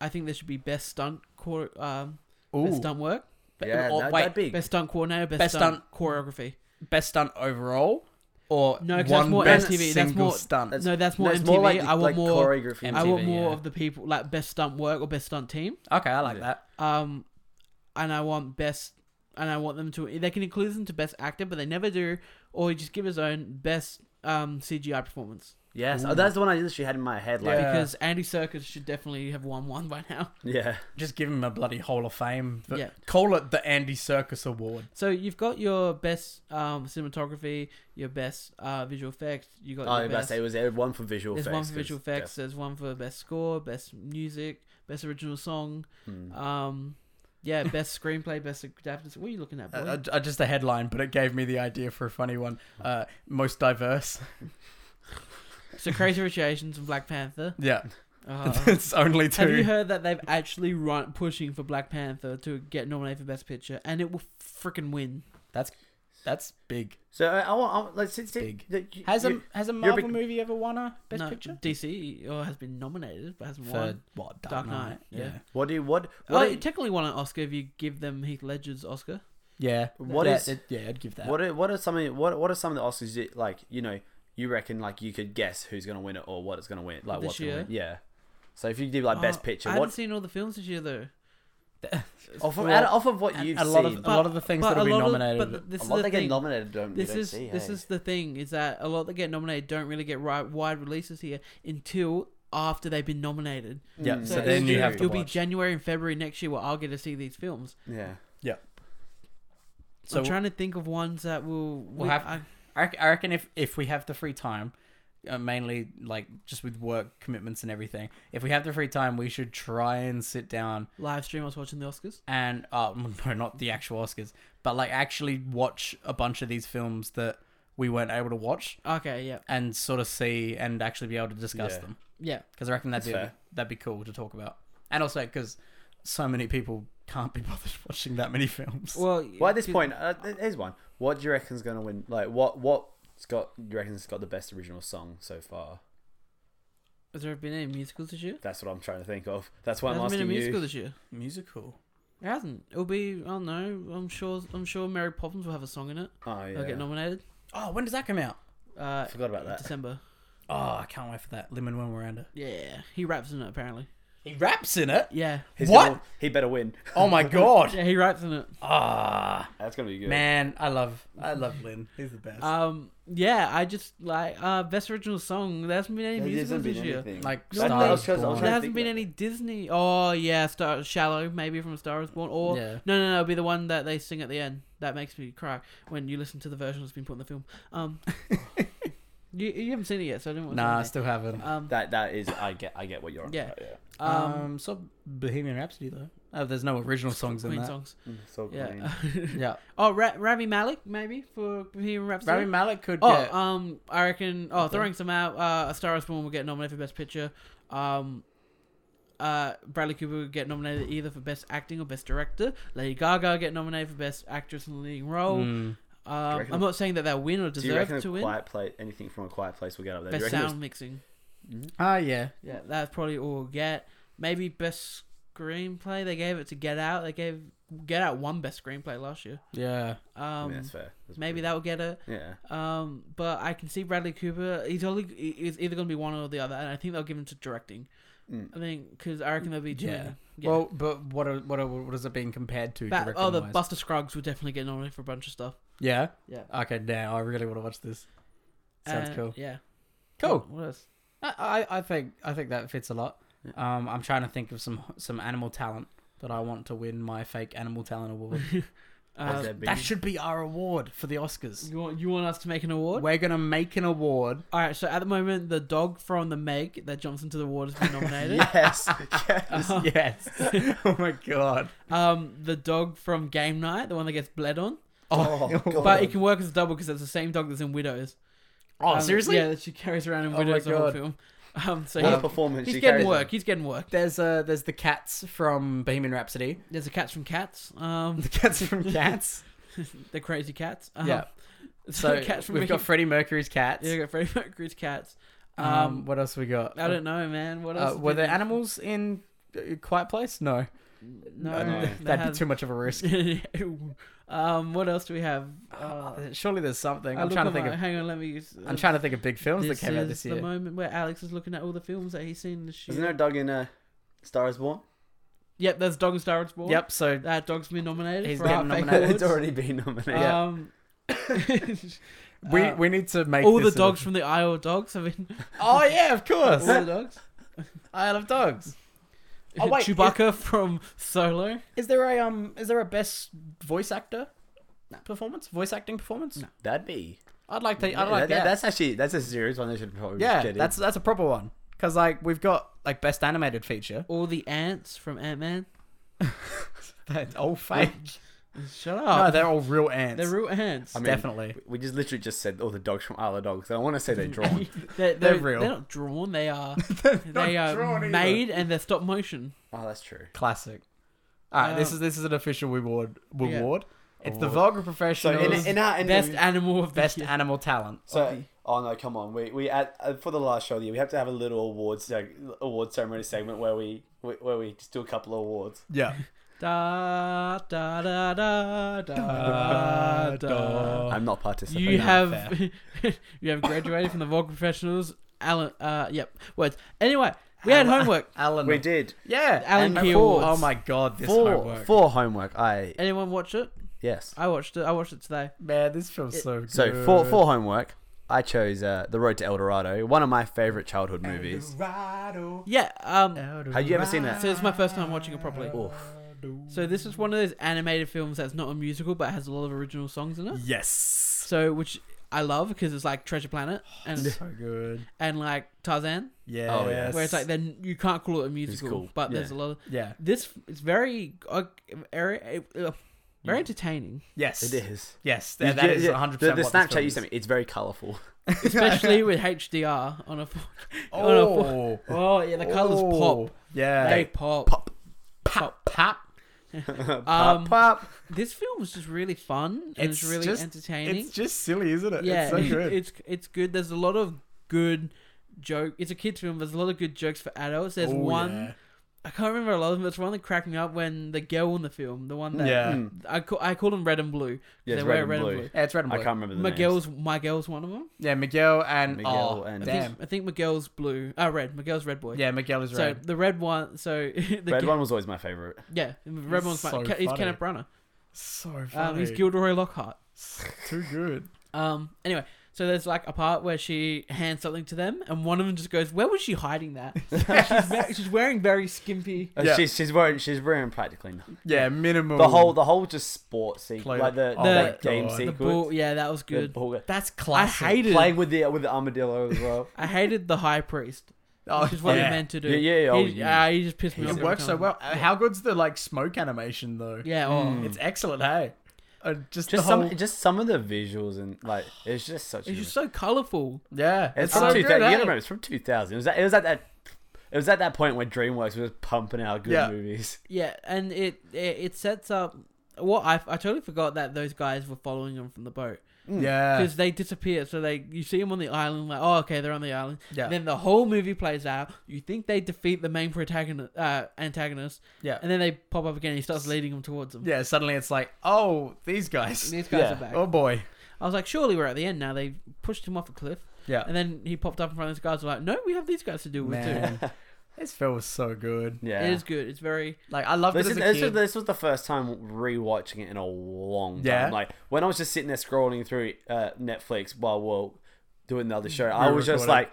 Speaker 2: I think there should be best stunt co- um
Speaker 3: Ooh,
Speaker 2: best stunt work,
Speaker 3: But-
Speaker 1: yeah,
Speaker 3: or-
Speaker 1: that,
Speaker 3: wait,
Speaker 1: that'd be
Speaker 2: best stunt coordinator, best,
Speaker 3: Best
Speaker 2: stunt, choreography.
Speaker 3: best stunt overall, or
Speaker 2: No, 'cause that's
Speaker 3: one
Speaker 2: more
Speaker 3: best
Speaker 2: MTV, that's
Speaker 3: single
Speaker 2: more-
Speaker 3: stunt.
Speaker 1: That's-
Speaker 2: no, that's
Speaker 1: no,
Speaker 2: more
Speaker 1: it's
Speaker 2: MTV.
Speaker 1: more like,
Speaker 2: I want
Speaker 1: like
Speaker 2: more.
Speaker 1: choreography.
Speaker 2: I want
Speaker 3: MTV,
Speaker 2: more
Speaker 3: yeah.
Speaker 2: of the people like best stunt work or best stunt team.
Speaker 3: okay, I like
Speaker 1: Yeah.
Speaker 3: that.
Speaker 2: Um, and I want best, and I want them to. They can include them to best actor, but they never do. Or you just give his own best um CGI performance
Speaker 1: Yes,
Speaker 3: Ooh.
Speaker 1: oh, that's the one I literally had in my head. Like,
Speaker 3: Yeah.
Speaker 2: because Andy Serkis should definitely have won one by now.
Speaker 1: yeah.
Speaker 3: Just give him a bloody Hall of Fame. The-
Speaker 2: Yeah.
Speaker 3: Call it the Andy Circus Award.
Speaker 2: So you've got your best um cinematography, your best uh visual effects. You got
Speaker 1: Oh, I
Speaker 2: your
Speaker 1: was about to
Speaker 2: best.
Speaker 1: say it was there one for visual
Speaker 2: There's
Speaker 1: effects.
Speaker 2: one for visual
Speaker 1: 'cause-
Speaker 2: effects. There's one for best score, best music, best original song.
Speaker 1: yeah. Mm.
Speaker 2: Um, yeah, best screenplay, best adapted. What are you looking at, boy?
Speaker 3: Uh, uh, just a headline, but it gave me the idea for a funny one. Uh, most diverse.
Speaker 2: so Crazy Rich Asians and Black Panther.
Speaker 3: Yeah,
Speaker 2: Uh,
Speaker 3: it's only two.
Speaker 2: Have you heard that they've actually run pushing for Black Panther to get nominated for Best Picture, and it will freaking win?
Speaker 3: That's big.
Speaker 1: So I, I want. I, want- like, since
Speaker 3: Big.
Speaker 1: that you-
Speaker 3: Has
Speaker 1: you-
Speaker 3: a has a
Speaker 1: you're a
Speaker 3: Marvel
Speaker 1: big-
Speaker 3: movie ever won a Best
Speaker 2: no,
Speaker 3: Picture?
Speaker 2: DC or has been nominated but hasn't
Speaker 3: For
Speaker 2: won.
Speaker 3: what? Dark,
Speaker 2: Dark
Speaker 3: Knight.
Speaker 2: Knight,
Speaker 3: Yeah.
Speaker 2: yeah.
Speaker 1: what do you what
Speaker 2: Oh,
Speaker 1: what
Speaker 2: you technically won an Oscar if you give them Heath Ledger's Oscar.
Speaker 3: Yeah.
Speaker 1: What
Speaker 3: yeah,
Speaker 1: is-
Speaker 3: it- yeah, I'd give that.
Speaker 1: what are, what are some of the- what what are some of the Oscars you, like you know you reckon like you could guess who's gonna win it or what it's gonna win like
Speaker 2: This
Speaker 1: what's gonna
Speaker 2: year?
Speaker 1: win yeah. So if you did
Speaker 3: Uh,
Speaker 1: like best
Speaker 2: Oh,
Speaker 1: picture,
Speaker 2: I
Speaker 1: what
Speaker 2: haven't seen all the films this year though.
Speaker 1: off of,
Speaker 3: Well,
Speaker 1: out- off of what
Speaker 3: and
Speaker 1: you've
Speaker 3: a lot of-
Speaker 1: seen,
Speaker 3: a lot the things
Speaker 2: but
Speaker 3: that'll
Speaker 2: a
Speaker 3: be
Speaker 2: lot of-
Speaker 3: nominated-
Speaker 2: but this
Speaker 1: a
Speaker 2: is
Speaker 1: lot
Speaker 2: the
Speaker 1: that get
Speaker 2: thing.
Speaker 1: nominated don't you
Speaker 2: This
Speaker 1: don't
Speaker 2: is
Speaker 1: see,
Speaker 2: this
Speaker 1: hey?
Speaker 2: is the thing is that a lot that get nominated don't really get right, wide releases here until after they've been nominated.
Speaker 3: Yeah,
Speaker 1: Mm.
Speaker 3: so
Speaker 2: it's
Speaker 3: then you
Speaker 2: due-
Speaker 3: have to
Speaker 2: It'll be
Speaker 3: watch.
Speaker 2: January and February next year where I'll get to see these films.
Speaker 1: yeah.
Speaker 2: So
Speaker 3: So-
Speaker 2: I'm trying to think of ones that will.
Speaker 3: We'll have-
Speaker 2: I-
Speaker 3: I rec- I reckon if if we have the free time, uh, mainly like just with work commitments and everything. If we have the free time, we should try and sit down
Speaker 2: Live stream. I was watching the Oscars.
Speaker 3: and uh, no, not the actual Oscars, but like actually watch a bunch of these films that we weren't able to watch
Speaker 2: Okay, yeah,
Speaker 3: and sort of see and actually be able to discuss
Speaker 1: Yeah.
Speaker 3: them.
Speaker 2: yeah,
Speaker 3: Because I reckon that'd
Speaker 1: That's
Speaker 3: be
Speaker 1: fair.
Speaker 3: that'd be cool to talk about. And also because so many people can't be bothered watching that many films.
Speaker 2: Well,
Speaker 1: Well, at this
Speaker 2: because-
Speaker 1: point, uh, th- here's one. What do you reckon's gonna win? Like, what what Scott? You reckon's got the best original song so far?
Speaker 2: has there been any musicals this year?
Speaker 1: That's what I'm trying to think of. That's why
Speaker 2: There
Speaker 1: I'm
Speaker 2: hasn't been a
Speaker 1: asking
Speaker 2: musical
Speaker 1: you.
Speaker 2: this year.
Speaker 3: Musical.
Speaker 2: It hasn't. It'll be. I don't know. I'm sure. I'm sure Mary Poppins will have a song in it.
Speaker 1: Oh yeah,
Speaker 2: They'll get nominated.
Speaker 3: Oh, when does that come out?
Speaker 2: Uh,
Speaker 1: forgot about that.
Speaker 2: December.
Speaker 3: Oh, I can't wait for that. Lemon Manuel Miranda.
Speaker 2: Yeah, he raps in it apparently.
Speaker 3: He raps in it.
Speaker 2: Yeah,
Speaker 1: He's
Speaker 3: What?
Speaker 1: gonna- he better win.
Speaker 3: Oh my god.
Speaker 2: yeah, he raps in it.
Speaker 3: Ah,
Speaker 1: That's gonna be good.
Speaker 3: man, I love I love Lynn. He's the best.
Speaker 2: Um, yeah, I just like uh best original song. There hasn't been any
Speaker 1: There
Speaker 2: musicals
Speaker 1: hasn't been
Speaker 2: this year.
Speaker 1: anything.
Speaker 3: like
Speaker 2: No,
Speaker 3: Star
Speaker 2: no,
Speaker 3: is
Speaker 1: because I was
Speaker 2: There
Speaker 3: Born.
Speaker 1: trying to
Speaker 2: hasn't
Speaker 1: think
Speaker 2: been
Speaker 1: about
Speaker 2: any Disney. Oh yeah, Star Shallow maybe from A Star Is Born. Or
Speaker 3: Yeah.
Speaker 2: no, no, no, it'll be the one that they sing at the end. That makes me cry when you listen to the version that's been put in the film. Um, you, you haven't seen it yet, so I didn't. Want to
Speaker 3: Nah, I
Speaker 2: say
Speaker 3: still haven't.
Speaker 2: anything. Um,
Speaker 1: That that is. I get. I get what you're on.
Speaker 2: Yeah.
Speaker 1: about, yeah.
Speaker 2: um,
Speaker 3: Um, so Bohemian Rhapsody though. Oh, there's no original songs in
Speaker 2: Queen
Speaker 3: that.
Speaker 2: songs.
Speaker 1: Mm, So clean.
Speaker 2: Yeah.
Speaker 3: Yeah,
Speaker 2: oh, Ra- Rami Malik maybe for Bohemian Rhapsody.
Speaker 3: Rami Malek could
Speaker 2: Oh,
Speaker 3: get.
Speaker 2: um, I reckon. Oh,
Speaker 3: Okay.
Speaker 2: throwing some out. Uh, A Star Is Born will get nominated for Best Picture. Um, uh, Bradley Cooper would get nominated either for Best Acting or Best Director. Lady Gaga would get nominated for Best Actress in the Leading Role.
Speaker 3: mm,
Speaker 2: Um,
Speaker 1: reckon-
Speaker 2: I'm not saying that they'll win or
Speaker 1: Do you
Speaker 2: deserve
Speaker 1: reckon a
Speaker 2: to win.
Speaker 1: quiet place? Anything from a quiet place will get up there? Do
Speaker 2: Best
Speaker 1: you reckon
Speaker 2: sound mixing.
Speaker 3: ah, yeah.
Speaker 2: Yeah, that's probably all we'll get. Maybe best screenplay. They gave it to Get Out. They gave Get Out one best screenplay last year.
Speaker 3: Yeah.
Speaker 1: I
Speaker 2: Um,
Speaker 1: mean, that's fair. That's
Speaker 2: maybe
Speaker 1: pretty-
Speaker 2: that will get it.
Speaker 1: Yeah.
Speaker 2: Um, but I can see Bradley Cooper. He's only is either going to be one or the other, and I think they'll give him to directing.
Speaker 1: Mm.
Speaker 2: I think because I reckon they'll be doing,
Speaker 3: Yeah.
Speaker 2: yeah.
Speaker 3: Well, but what are, what are, what is it being compared to?
Speaker 2: Ba- oh, the
Speaker 3: directing-wise?
Speaker 2: Buster Scruggs will definitely get nominated for a bunch of stuff.
Speaker 3: Yeah.
Speaker 2: Yeah, Uh,
Speaker 3: Okay. Now I really want to watch this. Sounds
Speaker 2: And-
Speaker 3: cool.
Speaker 2: Yeah,
Speaker 3: Cool.
Speaker 2: What else?
Speaker 3: I, I I think I think that fits a lot. Um, I'm trying to think of some some animal talent that I want to win my fake animal talent award.
Speaker 1: Has
Speaker 2: Uh,
Speaker 1: there been-
Speaker 3: that should be our award for the Oscars.
Speaker 2: you want you want us to make an award?
Speaker 3: We're gonna make an award.
Speaker 2: All right. So at the moment, the dog from the Meg that jumps into the water has been nominated.
Speaker 1: yes. yes.
Speaker 3: yes. oh my god.
Speaker 2: Um, the dog from Game Night, the one that gets bled on,
Speaker 1: Oh, God.
Speaker 2: but it can work as a double because it's the same dog that's in Widows.
Speaker 3: Oh,
Speaker 2: Um,
Speaker 3: seriously?
Speaker 2: Yeah, that she carries around in
Speaker 3: Oh my
Speaker 2: Widows the whole
Speaker 3: God.
Speaker 2: film. Um, so
Speaker 1: What
Speaker 2: he-
Speaker 1: a performance!
Speaker 2: he's
Speaker 1: she
Speaker 2: getting
Speaker 1: carries
Speaker 2: work. He's getting work.
Speaker 3: There's uh there's the cats from Bohemian Rhapsody.
Speaker 2: There's a cats from Cats. Um,
Speaker 3: The cats from Cats.
Speaker 2: the crazy cats. Um,
Speaker 3: Yeah. So
Speaker 2: cats from
Speaker 3: we've got
Speaker 2: Mickey-
Speaker 3: Freddie Mercury's cats.
Speaker 2: yeah, we got Freddie Mercury's cats. Um,
Speaker 3: Um, what else we got?
Speaker 2: I don't know, man. What else?
Speaker 3: Uh,
Speaker 2: has
Speaker 3: were
Speaker 2: been-
Speaker 3: there animals in uh, Quiet Place? No. Uh,
Speaker 2: No,
Speaker 1: No.
Speaker 2: they
Speaker 3: That'd be
Speaker 2: had-
Speaker 3: too much of a risk.
Speaker 2: um, what else do we have? Uh,
Speaker 3: Surely there's something.
Speaker 2: I
Speaker 3: I'm
Speaker 2: look
Speaker 3: trying to
Speaker 2: on
Speaker 3: think
Speaker 2: my-
Speaker 3: of
Speaker 2: Hang on, let me. Use,
Speaker 3: I'm trying to think of big films that came out
Speaker 2: is
Speaker 3: this
Speaker 2: the
Speaker 3: year.
Speaker 2: moment where Alex is looking at all the films that he's seen this year.
Speaker 1: Isn't there a dog in uh, Star Is Born?
Speaker 2: Yep, there's Dog and Star Wars Born.
Speaker 3: Yep. So
Speaker 2: That dog's been nominated
Speaker 3: He's
Speaker 2: for
Speaker 3: been
Speaker 2: Art Fake
Speaker 3: nominated.
Speaker 2: Awards.
Speaker 1: it's already been nominated.
Speaker 2: Um,
Speaker 3: we
Speaker 2: uh,
Speaker 3: we need to make
Speaker 2: all the
Speaker 3: this
Speaker 2: dogs
Speaker 3: A,
Speaker 2: from the Isle of Dogs have been.
Speaker 3: oh yeah, of
Speaker 2: All
Speaker 3: course.
Speaker 2: the dogs.
Speaker 3: I love dogs. Oh, wait,
Speaker 2: Chewbacca from Solo.
Speaker 3: Is there a um? Is there a best voice actor performance? Voice acting performance?
Speaker 2: No.
Speaker 1: That'd be.
Speaker 3: I'd like to.
Speaker 1: Yeah,
Speaker 3: I'd like
Speaker 1: that- that-
Speaker 3: that.
Speaker 1: That's actually that's a serious one. They should probably
Speaker 3: yeah,
Speaker 1: get in.
Speaker 3: that's that's a proper one. Cause like we've got like best animated feature.
Speaker 2: All the ants from Ant Man.
Speaker 3: That's all fake.
Speaker 2: Shut
Speaker 3: no,
Speaker 2: up.
Speaker 3: they're all real ants.
Speaker 2: they're real ants.
Speaker 1: I mean,
Speaker 3: Definitely.
Speaker 1: We just literally just said all the dogs from Isle of Dogs. I want to say they're drawn.
Speaker 2: They're, they're,
Speaker 3: They're real.
Speaker 2: They're not drawn. They are. they are
Speaker 3: drawn either.
Speaker 2: made and they're stop motion.
Speaker 1: oh, that's true.
Speaker 3: Classic. All right, this
Speaker 2: Um,
Speaker 3: is this is an official reward.
Speaker 2: Yeah.
Speaker 3: Reward. It's the
Speaker 1: Award.
Speaker 3: vulgar
Speaker 1: So
Speaker 3: professionals
Speaker 1: in, in our in
Speaker 2: Best animal of the
Speaker 3: best
Speaker 2: year.
Speaker 3: animal talent.
Speaker 1: so oh no, come on. We we at, uh, for the last show of the year, we have to have a little awards like, award ceremony segment where we where we just do a couple of awards.
Speaker 3: Yeah.
Speaker 2: Da da da da da
Speaker 3: Uh,
Speaker 2: da.
Speaker 1: I'm not participating.
Speaker 2: You
Speaker 3: not
Speaker 2: have you have graduated from the vocal professionals. Alan, uh, yep, words. Anyway, we had
Speaker 3: Alan-
Speaker 2: homework.
Speaker 3: Alan.
Speaker 1: we did
Speaker 3: Yeah.
Speaker 2: Alan
Speaker 3: and
Speaker 2: Key
Speaker 3: four.
Speaker 2: Awards.
Speaker 3: Oh my god, this
Speaker 1: four
Speaker 3: homework.
Speaker 1: four homework. I
Speaker 2: Anyone watch it?
Speaker 1: yes.
Speaker 2: I watched it. I watched it today.
Speaker 3: Man, this film's so good.
Speaker 1: So for for homework, I chose uh, the Road to El Dorado, one of my favorite childhood movies.
Speaker 2: Yeah.
Speaker 3: Oh,
Speaker 2: Um.
Speaker 1: Have you ever seen that?
Speaker 2: So it's my first time watching it properly.
Speaker 1: Oof.
Speaker 2: So this is one of those animated films that's not a musical but has a lot of original songs in it.
Speaker 3: Yes.
Speaker 2: So which I love because it's like Treasure Planet and
Speaker 3: so good.
Speaker 2: and like Tarzan,
Speaker 3: Yeah.
Speaker 1: Oh, yes.
Speaker 2: where it's like then you can't call it a musical,
Speaker 1: cool.
Speaker 2: but
Speaker 3: Yeah.
Speaker 2: there's a lot. of...
Speaker 3: yeah.
Speaker 2: This it's very uh, very, uh, very entertaining,
Speaker 3: Yes.
Speaker 1: It is.
Speaker 3: Yes.
Speaker 1: You
Speaker 3: That, that
Speaker 1: get-
Speaker 3: is
Speaker 1: yeah,
Speaker 3: 100%
Speaker 1: The, the
Speaker 3: what this
Speaker 1: Snapchat
Speaker 3: film
Speaker 1: you
Speaker 3: is.
Speaker 1: sent me, it's very colourful.
Speaker 2: especially with HDR on a. phone.
Speaker 3: Oh.
Speaker 2: Oh yeah, the colors
Speaker 3: Oh.
Speaker 2: pop.
Speaker 3: Yeah.
Speaker 2: They pop.
Speaker 1: Pop.
Speaker 2: Pop.
Speaker 3: pop.
Speaker 2: Um,
Speaker 3: pop.
Speaker 2: This film was just really fun and it's, really
Speaker 3: just,
Speaker 2: entertaining.
Speaker 3: It's just silly, isn't it?
Speaker 2: yeah,
Speaker 3: It's so good.
Speaker 2: it's it's good. There's a lot of good joke. It's a kids film. There's a lot of good jokes for adults. There's
Speaker 3: Oh,
Speaker 2: one I can't remember a lot of them. There's one that cracked me up when the girl in the film, the one
Speaker 3: Yeah.
Speaker 2: that
Speaker 3: Yeah.
Speaker 1: Mm.
Speaker 2: I call I call them red and blue. 'cause
Speaker 1: Yeah, it's
Speaker 2: they
Speaker 1: red
Speaker 2: wear
Speaker 1: and blue.
Speaker 3: Yeah, it's red and
Speaker 1: I
Speaker 3: blue.
Speaker 1: can't remember the names.
Speaker 2: Miguel's Miguel's one of them.
Speaker 3: Yeah, Miguel and
Speaker 1: Miguel
Speaker 3: oh,
Speaker 1: and-
Speaker 2: I
Speaker 3: damn.
Speaker 2: think, I think Miguel's blue. Ah, red. Miguel's red boy.
Speaker 3: Yeah, Miguel is
Speaker 2: So
Speaker 3: red.
Speaker 2: the red one. So the
Speaker 1: Red
Speaker 2: ge-
Speaker 1: one was always my favorite.
Speaker 2: Yeah, the red
Speaker 3: He's
Speaker 2: one's
Speaker 3: so
Speaker 2: my, Ke- he's
Speaker 3: funny.
Speaker 2: Kenneth Branagh.
Speaker 3: So funny.
Speaker 2: Um, he's Gilderoy Lockhart.
Speaker 3: Too good.
Speaker 2: Um. Anyway, so there's like a part where she hands something to them, and one of them just goes, "Where was she hiding that?" she's, ve- she's wearing very skimpy.
Speaker 1: Uh,
Speaker 3: Yeah.
Speaker 1: She's she's wearing she's wearing practically nothing.
Speaker 3: Yeah, minimum.
Speaker 1: the whole the whole just sport
Speaker 3: Play-
Speaker 1: sequence, like the,
Speaker 3: Oh
Speaker 1: that
Speaker 3: my
Speaker 1: game
Speaker 3: God. The
Speaker 2: The
Speaker 1: sequence,
Speaker 2: ball. Yeah, that was
Speaker 1: the
Speaker 2: good.
Speaker 1: ball-
Speaker 3: That's
Speaker 2: classic. hated it.
Speaker 1: playing with the with the armadillo as well.
Speaker 2: I hated the high priest,
Speaker 3: Oh,
Speaker 2: which is what
Speaker 3: yeah.
Speaker 2: he meant to do.
Speaker 1: Yeah, yeah, oh,
Speaker 2: he,
Speaker 1: yeah.
Speaker 2: ah, he just pissed me off.
Speaker 3: It
Speaker 2: every
Speaker 3: works so
Speaker 2: time.
Speaker 3: well. Hmm. Uh, How good's the like smoke animation though?
Speaker 2: Yeah. Oh,
Speaker 3: It's excellent, hey. Uh,
Speaker 1: Just
Speaker 3: just the whole,
Speaker 1: some just some of the visuals and like it's just such.
Speaker 2: it's
Speaker 1: a,
Speaker 2: just so colorful.
Speaker 3: yeah.
Speaker 1: it's
Speaker 3: It's
Speaker 1: from
Speaker 3: so
Speaker 1: two
Speaker 3: good. eh?
Speaker 1: thousand. You gotta
Speaker 3: Hey?
Speaker 1: remember it's from two thousand. It was at, it was at that it was at that point where DreamWorks was pumping out good
Speaker 3: Yeah.
Speaker 1: movies.
Speaker 2: Yeah, and it it, it sets up. What I, I totally forgot that those guys were following him from the boat
Speaker 3: Yeah.
Speaker 2: because they disappear. So they you see him on the island, like oh okay they're on the island.
Speaker 3: Yeah.
Speaker 2: Then the whole movie plays out. You think they defeat the main protagonist, uh, antagonist,
Speaker 3: Yeah.
Speaker 2: and then they pop up again. and He starts leading them towards them.
Speaker 3: Yeah. Suddenly it's like, oh, these guys.
Speaker 2: These guys
Speaker 1: Yeah.
Speaker 2: are back.
Speaker 3: Oh boy.
Speaker 2: I was like, surely we're at the end now. They pushed him off a cliff,
Speaker 3: Yeah.
Speaker 2: and then he popped up in front of these guys. Were like, no, we have these guys to deal with too.
Speaker 3: Man, this film was so good.
Speaker 1: Yeah,
Speaker 2: It is good. It's very
Speaker 3: Like I loved
Speaker 1: This,
Speaker 3: it
Speaker 1: is,
Speaker 3: as a
Speaker 1: this,
Speaker 3: kid.
Speaker 1: was, this was the first time rewatching it in a long time.
Speaker 3: Yeah.
Speaker 1: Like when I was just sitting there scrolling through uh, Netflix while we're doing the other show, I was just
Speaker 3: Re-recorded.
Speaker 1: like,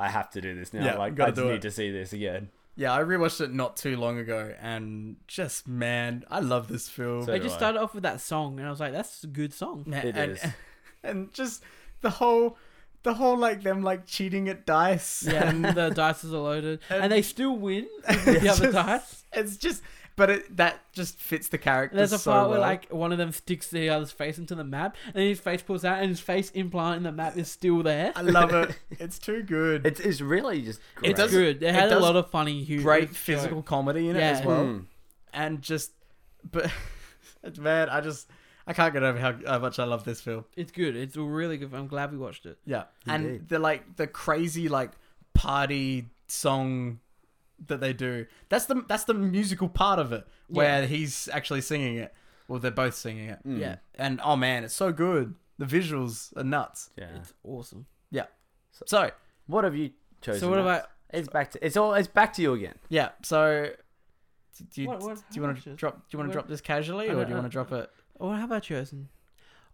Speaker 1: I have to do this now.
Speaker 3: Yeah,
Speaker 1: like
Speaker 3: gotta
Speaker 1: I just
Speaker 3: do
Speaker 1: need
Speaker 3: it.
Speaker 1: to see this again.
Speaker 3: Yeah, I rewatched it not too long ago, and just man, I love this film.
Speaker 1: So-
Speaker 2: They
Speaker 1: do
Speaker 2: just
Speaker 1: I.
Speaker 2: started off with that song, and I was like, "That's a good song."
Speaker 3: Man,
Speaker 1: It
Speaker 3: and,
Speaker 1: is.
Speaker 3: and just the whole, the whole like them like cheating at dice.
Speaker 2: Yeah,
Speaker 3: and
Speaker 2: and the dice is loaded, and,
Speaker 3: And-
Speaker 2: they still win with the other
Speaker 3: just-
Speaker 2: dice.
Speaker 3: It's just, but it that just fits the character.
Speaker 2: There's a
Speaker 3: so
Speaker 2: part where
Speaker 3: well.
Speaker 2: like one of them sticks the other's face into the map, and his face pulls out, and his face implant in the map is still there.
Speaker 3: I love it. It's too good.
Speaker 1: It's, it's really just great.
Speaker 2: It's good. It
Speaker 3: it
Speaker 2: had a
Speaker 3: does
Speaker 2: lot of funny humor,
Speaker 3: great physical comedy in it as
Speaker 2: Yeah.
Speaker 3: well,
Speaker 1: Mm.
Speaker 3: Hmm. and just, but man, I just I can't get over how, how much I love this film.
Speaker 2: It's good. It's a really good. I'm glad we watched it.
Speaker 3: Yeah,
Speaker 1: Indeed.
Speaker 3: and the like the crazy like party song that they do. That's the that's the musical part of it where he's actually singing it. Well, they're both singing it,
Speaker 1: Hmm.
Speaker 2: Yeah,
Speaker 3: and oh man, it's so good. The visuals are nuts.
Speaker 1: Yeah.
Speaker 2: it's awesome.
Speaker 3: Yeah. So
Speaker 1: What have you chosen?
Speaker 2: so what
Speaker 1: Max?
Speaker 2: about
Speaker 1: It's back to it's all it's back to you again.
Speaker 3: yeah. So do- do you
Speaker 2: What- what-
Speaker 3: do
Speaker 2: how
Speaker 3: you want
Speaker 2: much
Speaker 3: to
Speaker 2: is-
Speaker 3: drop do you want
Speaker 2: what-
Speaker 3: to drop this casually
Speaker 2: I
Speaker 3: or
Speaker 2: don't-
Speaker 3: do you want
Speaker 2: I-
Speaker 3: to drop it?
Speaker 2: or have I chosen?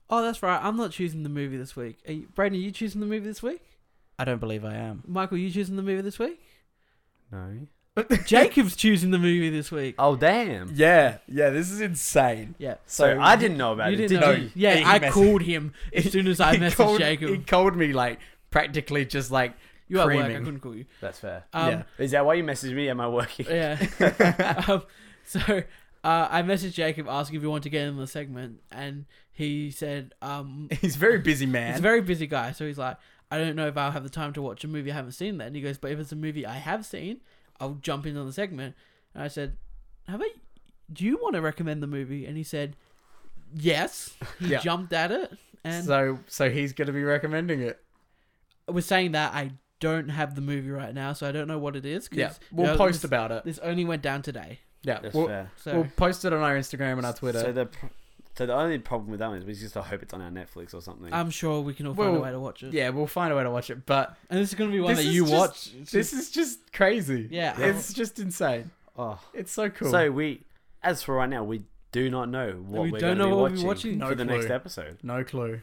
Speaker 2: Oh, that's right. I'm not choosing the movie this week. Are you, Braden, are you choosing the movie this week?
Speaker 3: I don't believe I am.
Speaker 2: Michael, you choosing the movie this week?
Speaker 1: No.
Speaker 2: Jacob's choosing the movie this week.
Speaker 1: Oh damn.
Speaker 3: Yeah, yeah. This is insane.
Speaker 2: Yeah.
Speaker 1: So, I didn't know about
Speaker 2: You
Speaker 1: it.
Speaker 2: didn't
Speaker 1: Did
Speaker 2: know.
Speaker 1: you?
Speaker 3: you?
Speaker 2: Yeah,
Speaker 3: He
Speaker 2: I
Speaker 3: messaged-
Speaker 2: called him as soon as I
Speaker 3: He
Speaker 2: messaged
Speaker 3: called- He
Speaker 2: Jacob.
Speaker 3: called me like practically just like
Speaker 2: You are at work. I
Speaker 3: creaming.
Speaker 2: couldn't call you.
Speaker 1: That's fair.
Speaker 2: Um,
Speaker 1: Is that why you messaged me? Am I working?
Speaker 2: yeah. um, so uh, I messaged Jacob asking if he wanted to get in the segment, and he said, um,
Speaker 3: He's a very busy man.
Speaker 2: "He's a very busy guy." So he's like, "I don't know if I'll have the time to watch a movie I haven't seen." Then he goes, "But if it's a movie I have seen, I'll jump in on the segment." And I said, "Have I? Do you want to recommend the movie?" And he said, "Yes." He
Speaker 3: Yeah.
Speaker 2: jumped at it, and
Speaker 3: so so he's going to be recommending it.
Speaker 2: was saying that I don't have the movie right now, so I don't know what it is. 'cause,
Speaker 3: we'll
Speaker 2: you know,
Speaker 3: post
Speaker 2: this,
Speaker 3: about it.
Speaker 2: This only went down today,
Speaker 3: Yeah,
Speaker 1: That's
Speaker 3: we'll,
Speaker 1: fair.
Speaker 2: so
Speaker 3: we'll post it on our Instagram and our Twitter.
Speaker 1: So the pr- so the only problem with that is we just hope it's on our Netflix or something.
Speaker 2: I'm sure we can all find
Speaker 3: Well,
Speaker 2: a way to watch it.
Speaker 3: yeah, we'll find a way to watch it. But
Speaker 2: and this is gonna be one
Speaker 3: this
Speaker 2: that
Speaker 3: is
Speaker 2: you
Speaker 3: just-
Speaker 2: watch. It's
Speaker 3: This is just crazy.
Speaker 2: Yeah.
Speaker 3: it's just insane.
Speaker 1: oh.
Speaker 3: It's so cool.
Speaker 1: So we, as for right now, we do not know what
Speaker 2: We
Speaker 1: we are going to
Speaker 2: don't know
Speaker 1: be
Speaker 2: what we're
Speaker 1: watching,
Speaker 2: watching.
Speaker 1: for
Speaker 3: No
Speaker 1: the
Speaker 3: clue.
Speaker 1: next episode.
Speaker 3: no clue.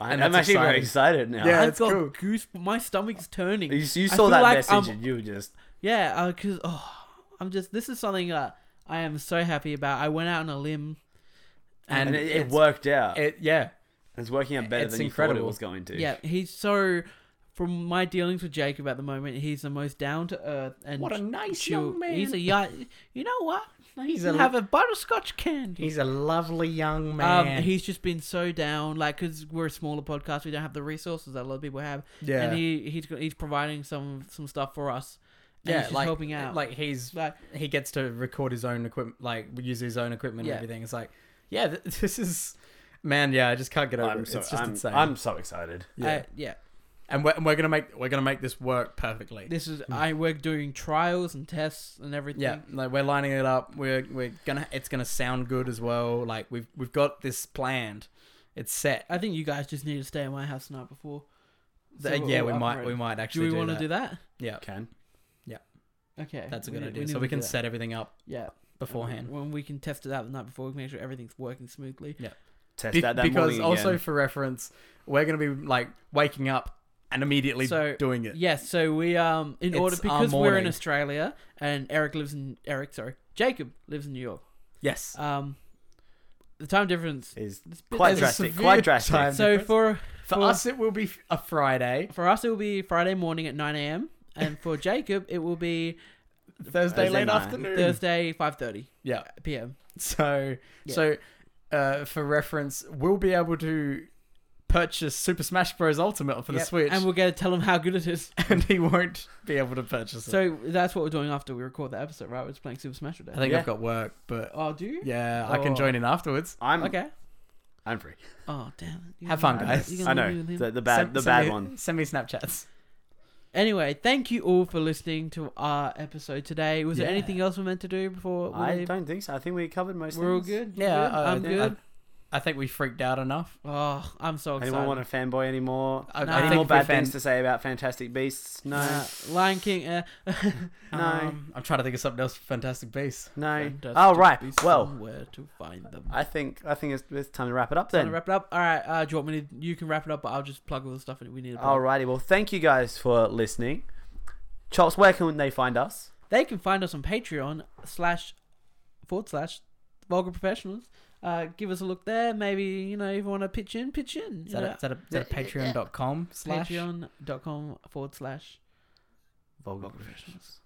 Speaker 1: I,
Speaker 3: And
Speaker 1: I'm
Speaker 3: that's
Speaker 1: actually very excited now.
Speaker 3: Yeah,
Speaker 2: I've
Speaker 3: it's
Speaker 2: got
Speaker 3: cool.
Speaker 2: goose. My stomach's turning.
Speaker 1: You, you
Speaker 2: I
Speaker 1: saw
Speaker 2: feel
Speaker 1: that
Speaker 2: like um,
Speaker 1: message
Speaker 2: I'm-
Speaker 1: and you were just
Speaker 2: Yeah, because oh, I'm just. This is something that I am so happy about. I went out on a limb.
Speaker 1: and,
Speaker 3: And
Speaker 1: it, it
Speaker 3: it's-
Speaker 1: worked out.
Speaker 3: It yeah,
Speaker 1: It's working out better
Speaker 3: It's
Speaker 1: than you thought
Speaker 3: incredible.
Speaker 1: it was going to.
Speaker 2: Yeah, he's so. From my dealings with Jacob at the moment, he's the most down to earth and
Speaker 3: What a nice
Speaker 2: chill-
Speaker 3: young man.
Speaker 2: He's a yeah, you know what? He
Speaker 3: He's
Speaker 2: can
Speaker 3: a-
Speaker 2: have a butterscotch candy.
Speaker 3: a lovely young
Speaker 2: um, he's just been so down, like because we're a smaller podcast, we don't have the resources that a lot of people have.
Speaker 3: Yeah.
Speaker 2: and he he's got- he's providing some some stuff for us. And
Speaker 3: yeah,
Speaker 2: he's just
Speaker 3: like
Speaker 2: helping out.
Speaker 3: Like he's
Speaker 2: like
Speaker 3: he gets to record his own equipment, like use his own equipment
Speaker 2: Yeah.
Speaker 3: and everything. It's like, yeah, th- this is man. Yeah, I just can't get over
Speaker 1: I'm
Speaker 3: it.
Speaker 1: so,
Speaker 3: it's just
Speaker 1: I'm,
Speaker 3: insane.
Speaker 1: I'm so excited.
Speaker 3: yeah,
Speaker 2: I- yeah.
Speaker 3: and we're, and we're gonna make we're gonna make this work perfectly.
Speaker 2: This is I we're doing trials and tests and everything.
Speaker 3: yeah, like we're lining it up. We're we're gonna it's gonna sound good as well. Like we've we've got this planned. It's set.
Speaker 2: I think you guys just need to stay at my house the night before.
Speaker 3: Th-
Speaker 2: So
Speaker 3: yeah,
Speaker 2: we're
Speaker 3: we
Speaker 2: up
Speaker 3: might
Speaker 2: and
Speaker 3: we
Speaker 2: ready.
Speaker 3: might
Speaker 2: Do
Speaker 3: actually
Speaker 2: we
Speaker 3: do,
Speaker 2: want to
Speaker 3: that.
Speaker 2: do that?
Speaker 3: Yeah,
Speaker 1: Can
Speaker 2: Okay,
Speaker 3: that's a
Speaker 2: we
Speaker 3: good
Speaker 2: need-
Speaker 3: idea.
Speaker 2: need
Speaker 3: so
Speaker 2: to
Speaker 3: we
Speaker 2: do
Speaker 3: can
Speaker 2: that.
Speaker 3: set everything up
Speaker 2: yeah
Speaker 3: beforehand.
Speaker 2: when we can test it out the night before. We can make sure everything's working smoothly.
Speaker 1: Test
Speaker 3: Be-
Speaker 1: that that
Speaker 3: because
Speaker 1: morning
Speaker 3: also
Speaker 1: again.
Speaker 3: for reference, we're gonna be like waking up and immediately
Speaker 2: So-
Speaker 3: doing it.
Speaker 2: Yes, so we um in
Speaker 3: It's
Speaker 2: order
Speaker 3: our
Speaker 2: because we're in
Speaker 3: morning.
Speaker 2: Australia and Eric lives in Eric sorry Jacob lives in New York.
Speaker 3: Yes.
Speaker 2: Um, the time difference.
Speaker 1: is
Speaker 2: It's a bit-
Speaker 1: quite
Speaker 3: there's a
Speaker 1: drastic.
Speaker 3: severe
Speaker 1: Quite drastic.
Speaker 3: time-
Speaker 2: So for
Speaker 3: For
Speaker 2: Well-
Speaker 3: us, it will be a Friday,
Speaker 2: for us it will be Friday morning at nine a.m. and for Jacob it will be
Speaker 3: Thursday,
Speaker 1: Thursday
Speaker 3: late
Speaker 1: night.
Speaker 3: afternoon.
Speaker 2: Thursday five thirty
Speaker 3: Yeah.
Speaker 2: p.m.
Speaker 3: So,
Speaker 2: Yeah.
Speaker 3: so uh, for reference, we'll be able to purchase Super Smash Bros. Ultimate for the
Speaker 2: Yep,
Speaker 3: Switch,
Speaker 2: and
Speaker 3: and,
Speaker 2: we're gonna tell him how good it is.
Speaker 3: he won't be able to purchase it.
Speaker 2: So that's what we're doing after we record the episode, right? We're just playing Super Smash
Speaker 3: I
Speaker 2: Today.
Speaker 3: think
Speaker 1: Yeah.
Speaker 3: I've got work, but
Speaker 2: Oh, do you?
Speaker 3: yeah, I can
Speaker 2: Oh.
Speaker 3: join in afterwards.
Speaker 1: I'm
Speaker 2: Okay.
Speaker 1: I'm free.
Speaker 2: Oh damn. it.
Speaker 3: Have fun,
Speaker 2: You're
Speaker 3: guys.
Speaker 2: gonna
Speaker 1: I
Speaker 2: leave me
Speaker 1: know
Speaker 2: with him.
Speaker 1: the, the bad
Speaker 3: Send-
Speaker 1: the
Speaker 3: send
Speaker 1: bad
Speaker 3: me-
Speaker 1: one.
Speaker 3: Send me Snapchats.
Speaker 2: Anyway, thank you all for listening to our episode today. Was there
Speaker 3: Yeah.
Speaker 2: anything else we meant to do before we
Speaker 1: I
Speaker 2: leave?
Speaker 1: don't think so. I think we covered most.
Speaker 2: We're all
Speaker 1: things.
Speaker 2: good. You
Speaker 3: Yeah,
Speaker 2: good?
Speaker 3: I-
Speaker 2: I'm
Speaker 3: I-
Speaker 2: good.
Speaker 3: I think we freaked out enough.
Speaker 2: oh, I'm so excited.
Speaker 1: Anyone want a fanboy anymore?
Speaker 3: I,
Speaker 2: Nah.
Speaker 3: I
Speaker 2: Any
Speaker 1: Any
Speaker 3: think
Speaker 1: more
Speaker 3: we
Speaker 1: bad
Speaker 3: fan-
Speaker 1: things to say about Fantastic Beasts? No,
Speaker 2: Nah, Lion King. Uh,
Speaker 1: no,
Speaker 3: Um, I'm trying to think of something else for Fantastic Beasts.
Speaker 1: no.
Speaker 2: Fantastic
Speaker 1: Oh right.
Speaker 2: Beasts,
Speaker 1: Well,
Speaker 2: somewhere to find them.
Speaker 1: I think I think it's, it's time to wrap it up
Speaker 2: Wanna
Speaker 1: then.
Speaker 2: wrap it up. All right. Uh, do you want me to? You can wrap it up, but I'll just plug all the stuff that we need. To plug.
Speaker 1: Alrighty. Well, thank you guys for listening. Chops, where can they find us?
Speaker 2: They can find us on Patreon slash forward slash vulgar professionals. Uh, give us a look there. Maybe you know if you want to pitch in, pitch in.
Speaker 3: Is that, a, is that, a, is that a patreon.com slash?
Speaker 2: Patreon.com forward slash
Speaker 1: Vulgar
Speaker 2: professionals.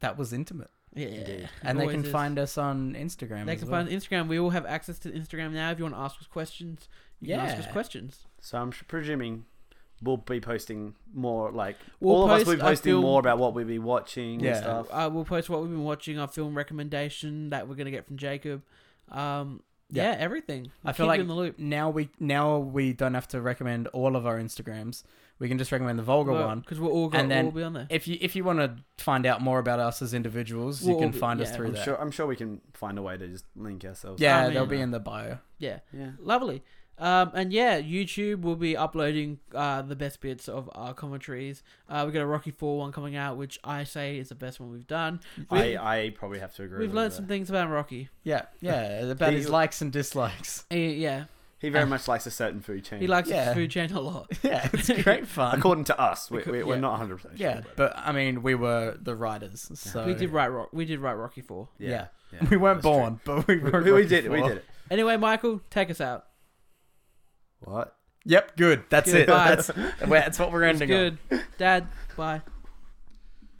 Speaker 3: That was intimate.
Speaker 2: Yeah,
Speaker 1: Indeed.
Speaker 3: And they
Speaker 2: Always
Speaker 3: can
Speaker 2: is.
Speaker 3: find us on Instagram.
Speaker 2: They
Speaker 3: as
Speaker 2: can
Speaker 3: well.
Speaker 2: find Instagram. We all have access to Instagram now. If you want to ask us questions, you can ask us
Speaker 3: Yeah.
Speaker 2: questions.
Speaker 1: So I'm presuming we'll be posting more. Like
Speaker 2: We'll
Speaker 1: all of us
Speaker 2: post
Speaker 1: will be
Speaker 2: our
Speaker 1: posting
Speaker 2: film-
Speaker 1: more about what we'll be watching and
Speaker 3: Yeah.
Speaker 1: stuff.
Speaker 2: Uh, we'll post what we've been watching, our film recommendation that we're gonna get from Jacob. Um, yeah.
Speaker 3: Yeah.
Speaker 2: everything.
Speaker 3: I
Speaker 2: We'll
Speaker 3: feel
Speaker 2: keep
Speaker 3: like
Speaker 2: you in the loop.
Speaker 3: now we now we don't have to recommend all of our Instagrams. We can just recommend the vulgar one.
Speaker 2: because we're all going
Speaker 3: And
Speaker 2: to
Speaker 3: then
Speaker 2: all be on there.
Speaker 3: If you if you want to find out more about us as individuals, you
Speaker 2: Well,
Speaker 3: can find us
Speaker 2: yeah.
Speaker 3: through
Speaker 1: I'm
Speaker 3: that.
Speaker 1: sure. I'm sure we can find a way to just link ourselves.
Speaker 3: Yeah,
Speaker 2: I mean-
Speaker 3: they'll be in the bio.
Speaker 2: Yeah,
Speaker 1: Yeah.
Speaker 2: lovely. Um, and yeah, YouTube will be uploading uh, the best bits of our commentaries. Uh, we got a Rocky Four one coming out, which I say is the best one we've done. We've,
Speaker 1: I, I probably have to agree.
Speaker 2: we've
Speaker 1: with
Speaker 2: learned
Speaker 1: that.
Speaker 2: some things about Rocky.
Speaker 3: Yeah, yeah, about his
Speaker 1: These-
Speaker 3: likes and dislikes.
Speaker 2: Uh, yeah,
Speaker 1: He very much likes a certain food chain.
Speaker 2: he likes his
Speaker 3: Yeah.
Speaker 2: food chain a lot.
Speaker 3: Yeah, it's great fun.
Speaker 1: According to us, we,
Speaker 2: Acco-
Speaker 1: we, we're
Speaker 2: yeah.
Speaker 1: not 100 percent sure.
Speaker 3: yeah, but I mean, we were the writers, so
Speaker 2: we did write Rock. We did write Rocky Four.
Speaker 3: yeah.
Speaker 1: yeah,
Speaker 3: We weren't
Speaker 1: that's true.
Speaker 3: born, but we were
Speaker 1: We, we
Speaker 3: Rocky
Speaker 1: did it. We
Speaker 3: Four.
Speaker 1: did it.
Speaker 2: Anyway, Michael, take us out.
Speaker 1: What?
Speaker 3: Yep, good. That's
Speaker 2: Good.
Speaker 3: it.
Speaker 2: Bye.
Speaker 3: That's, that's what we're
Speaker 2: It's
Speaker 3: ending on.
Speaker 2: good, Dad. Bye.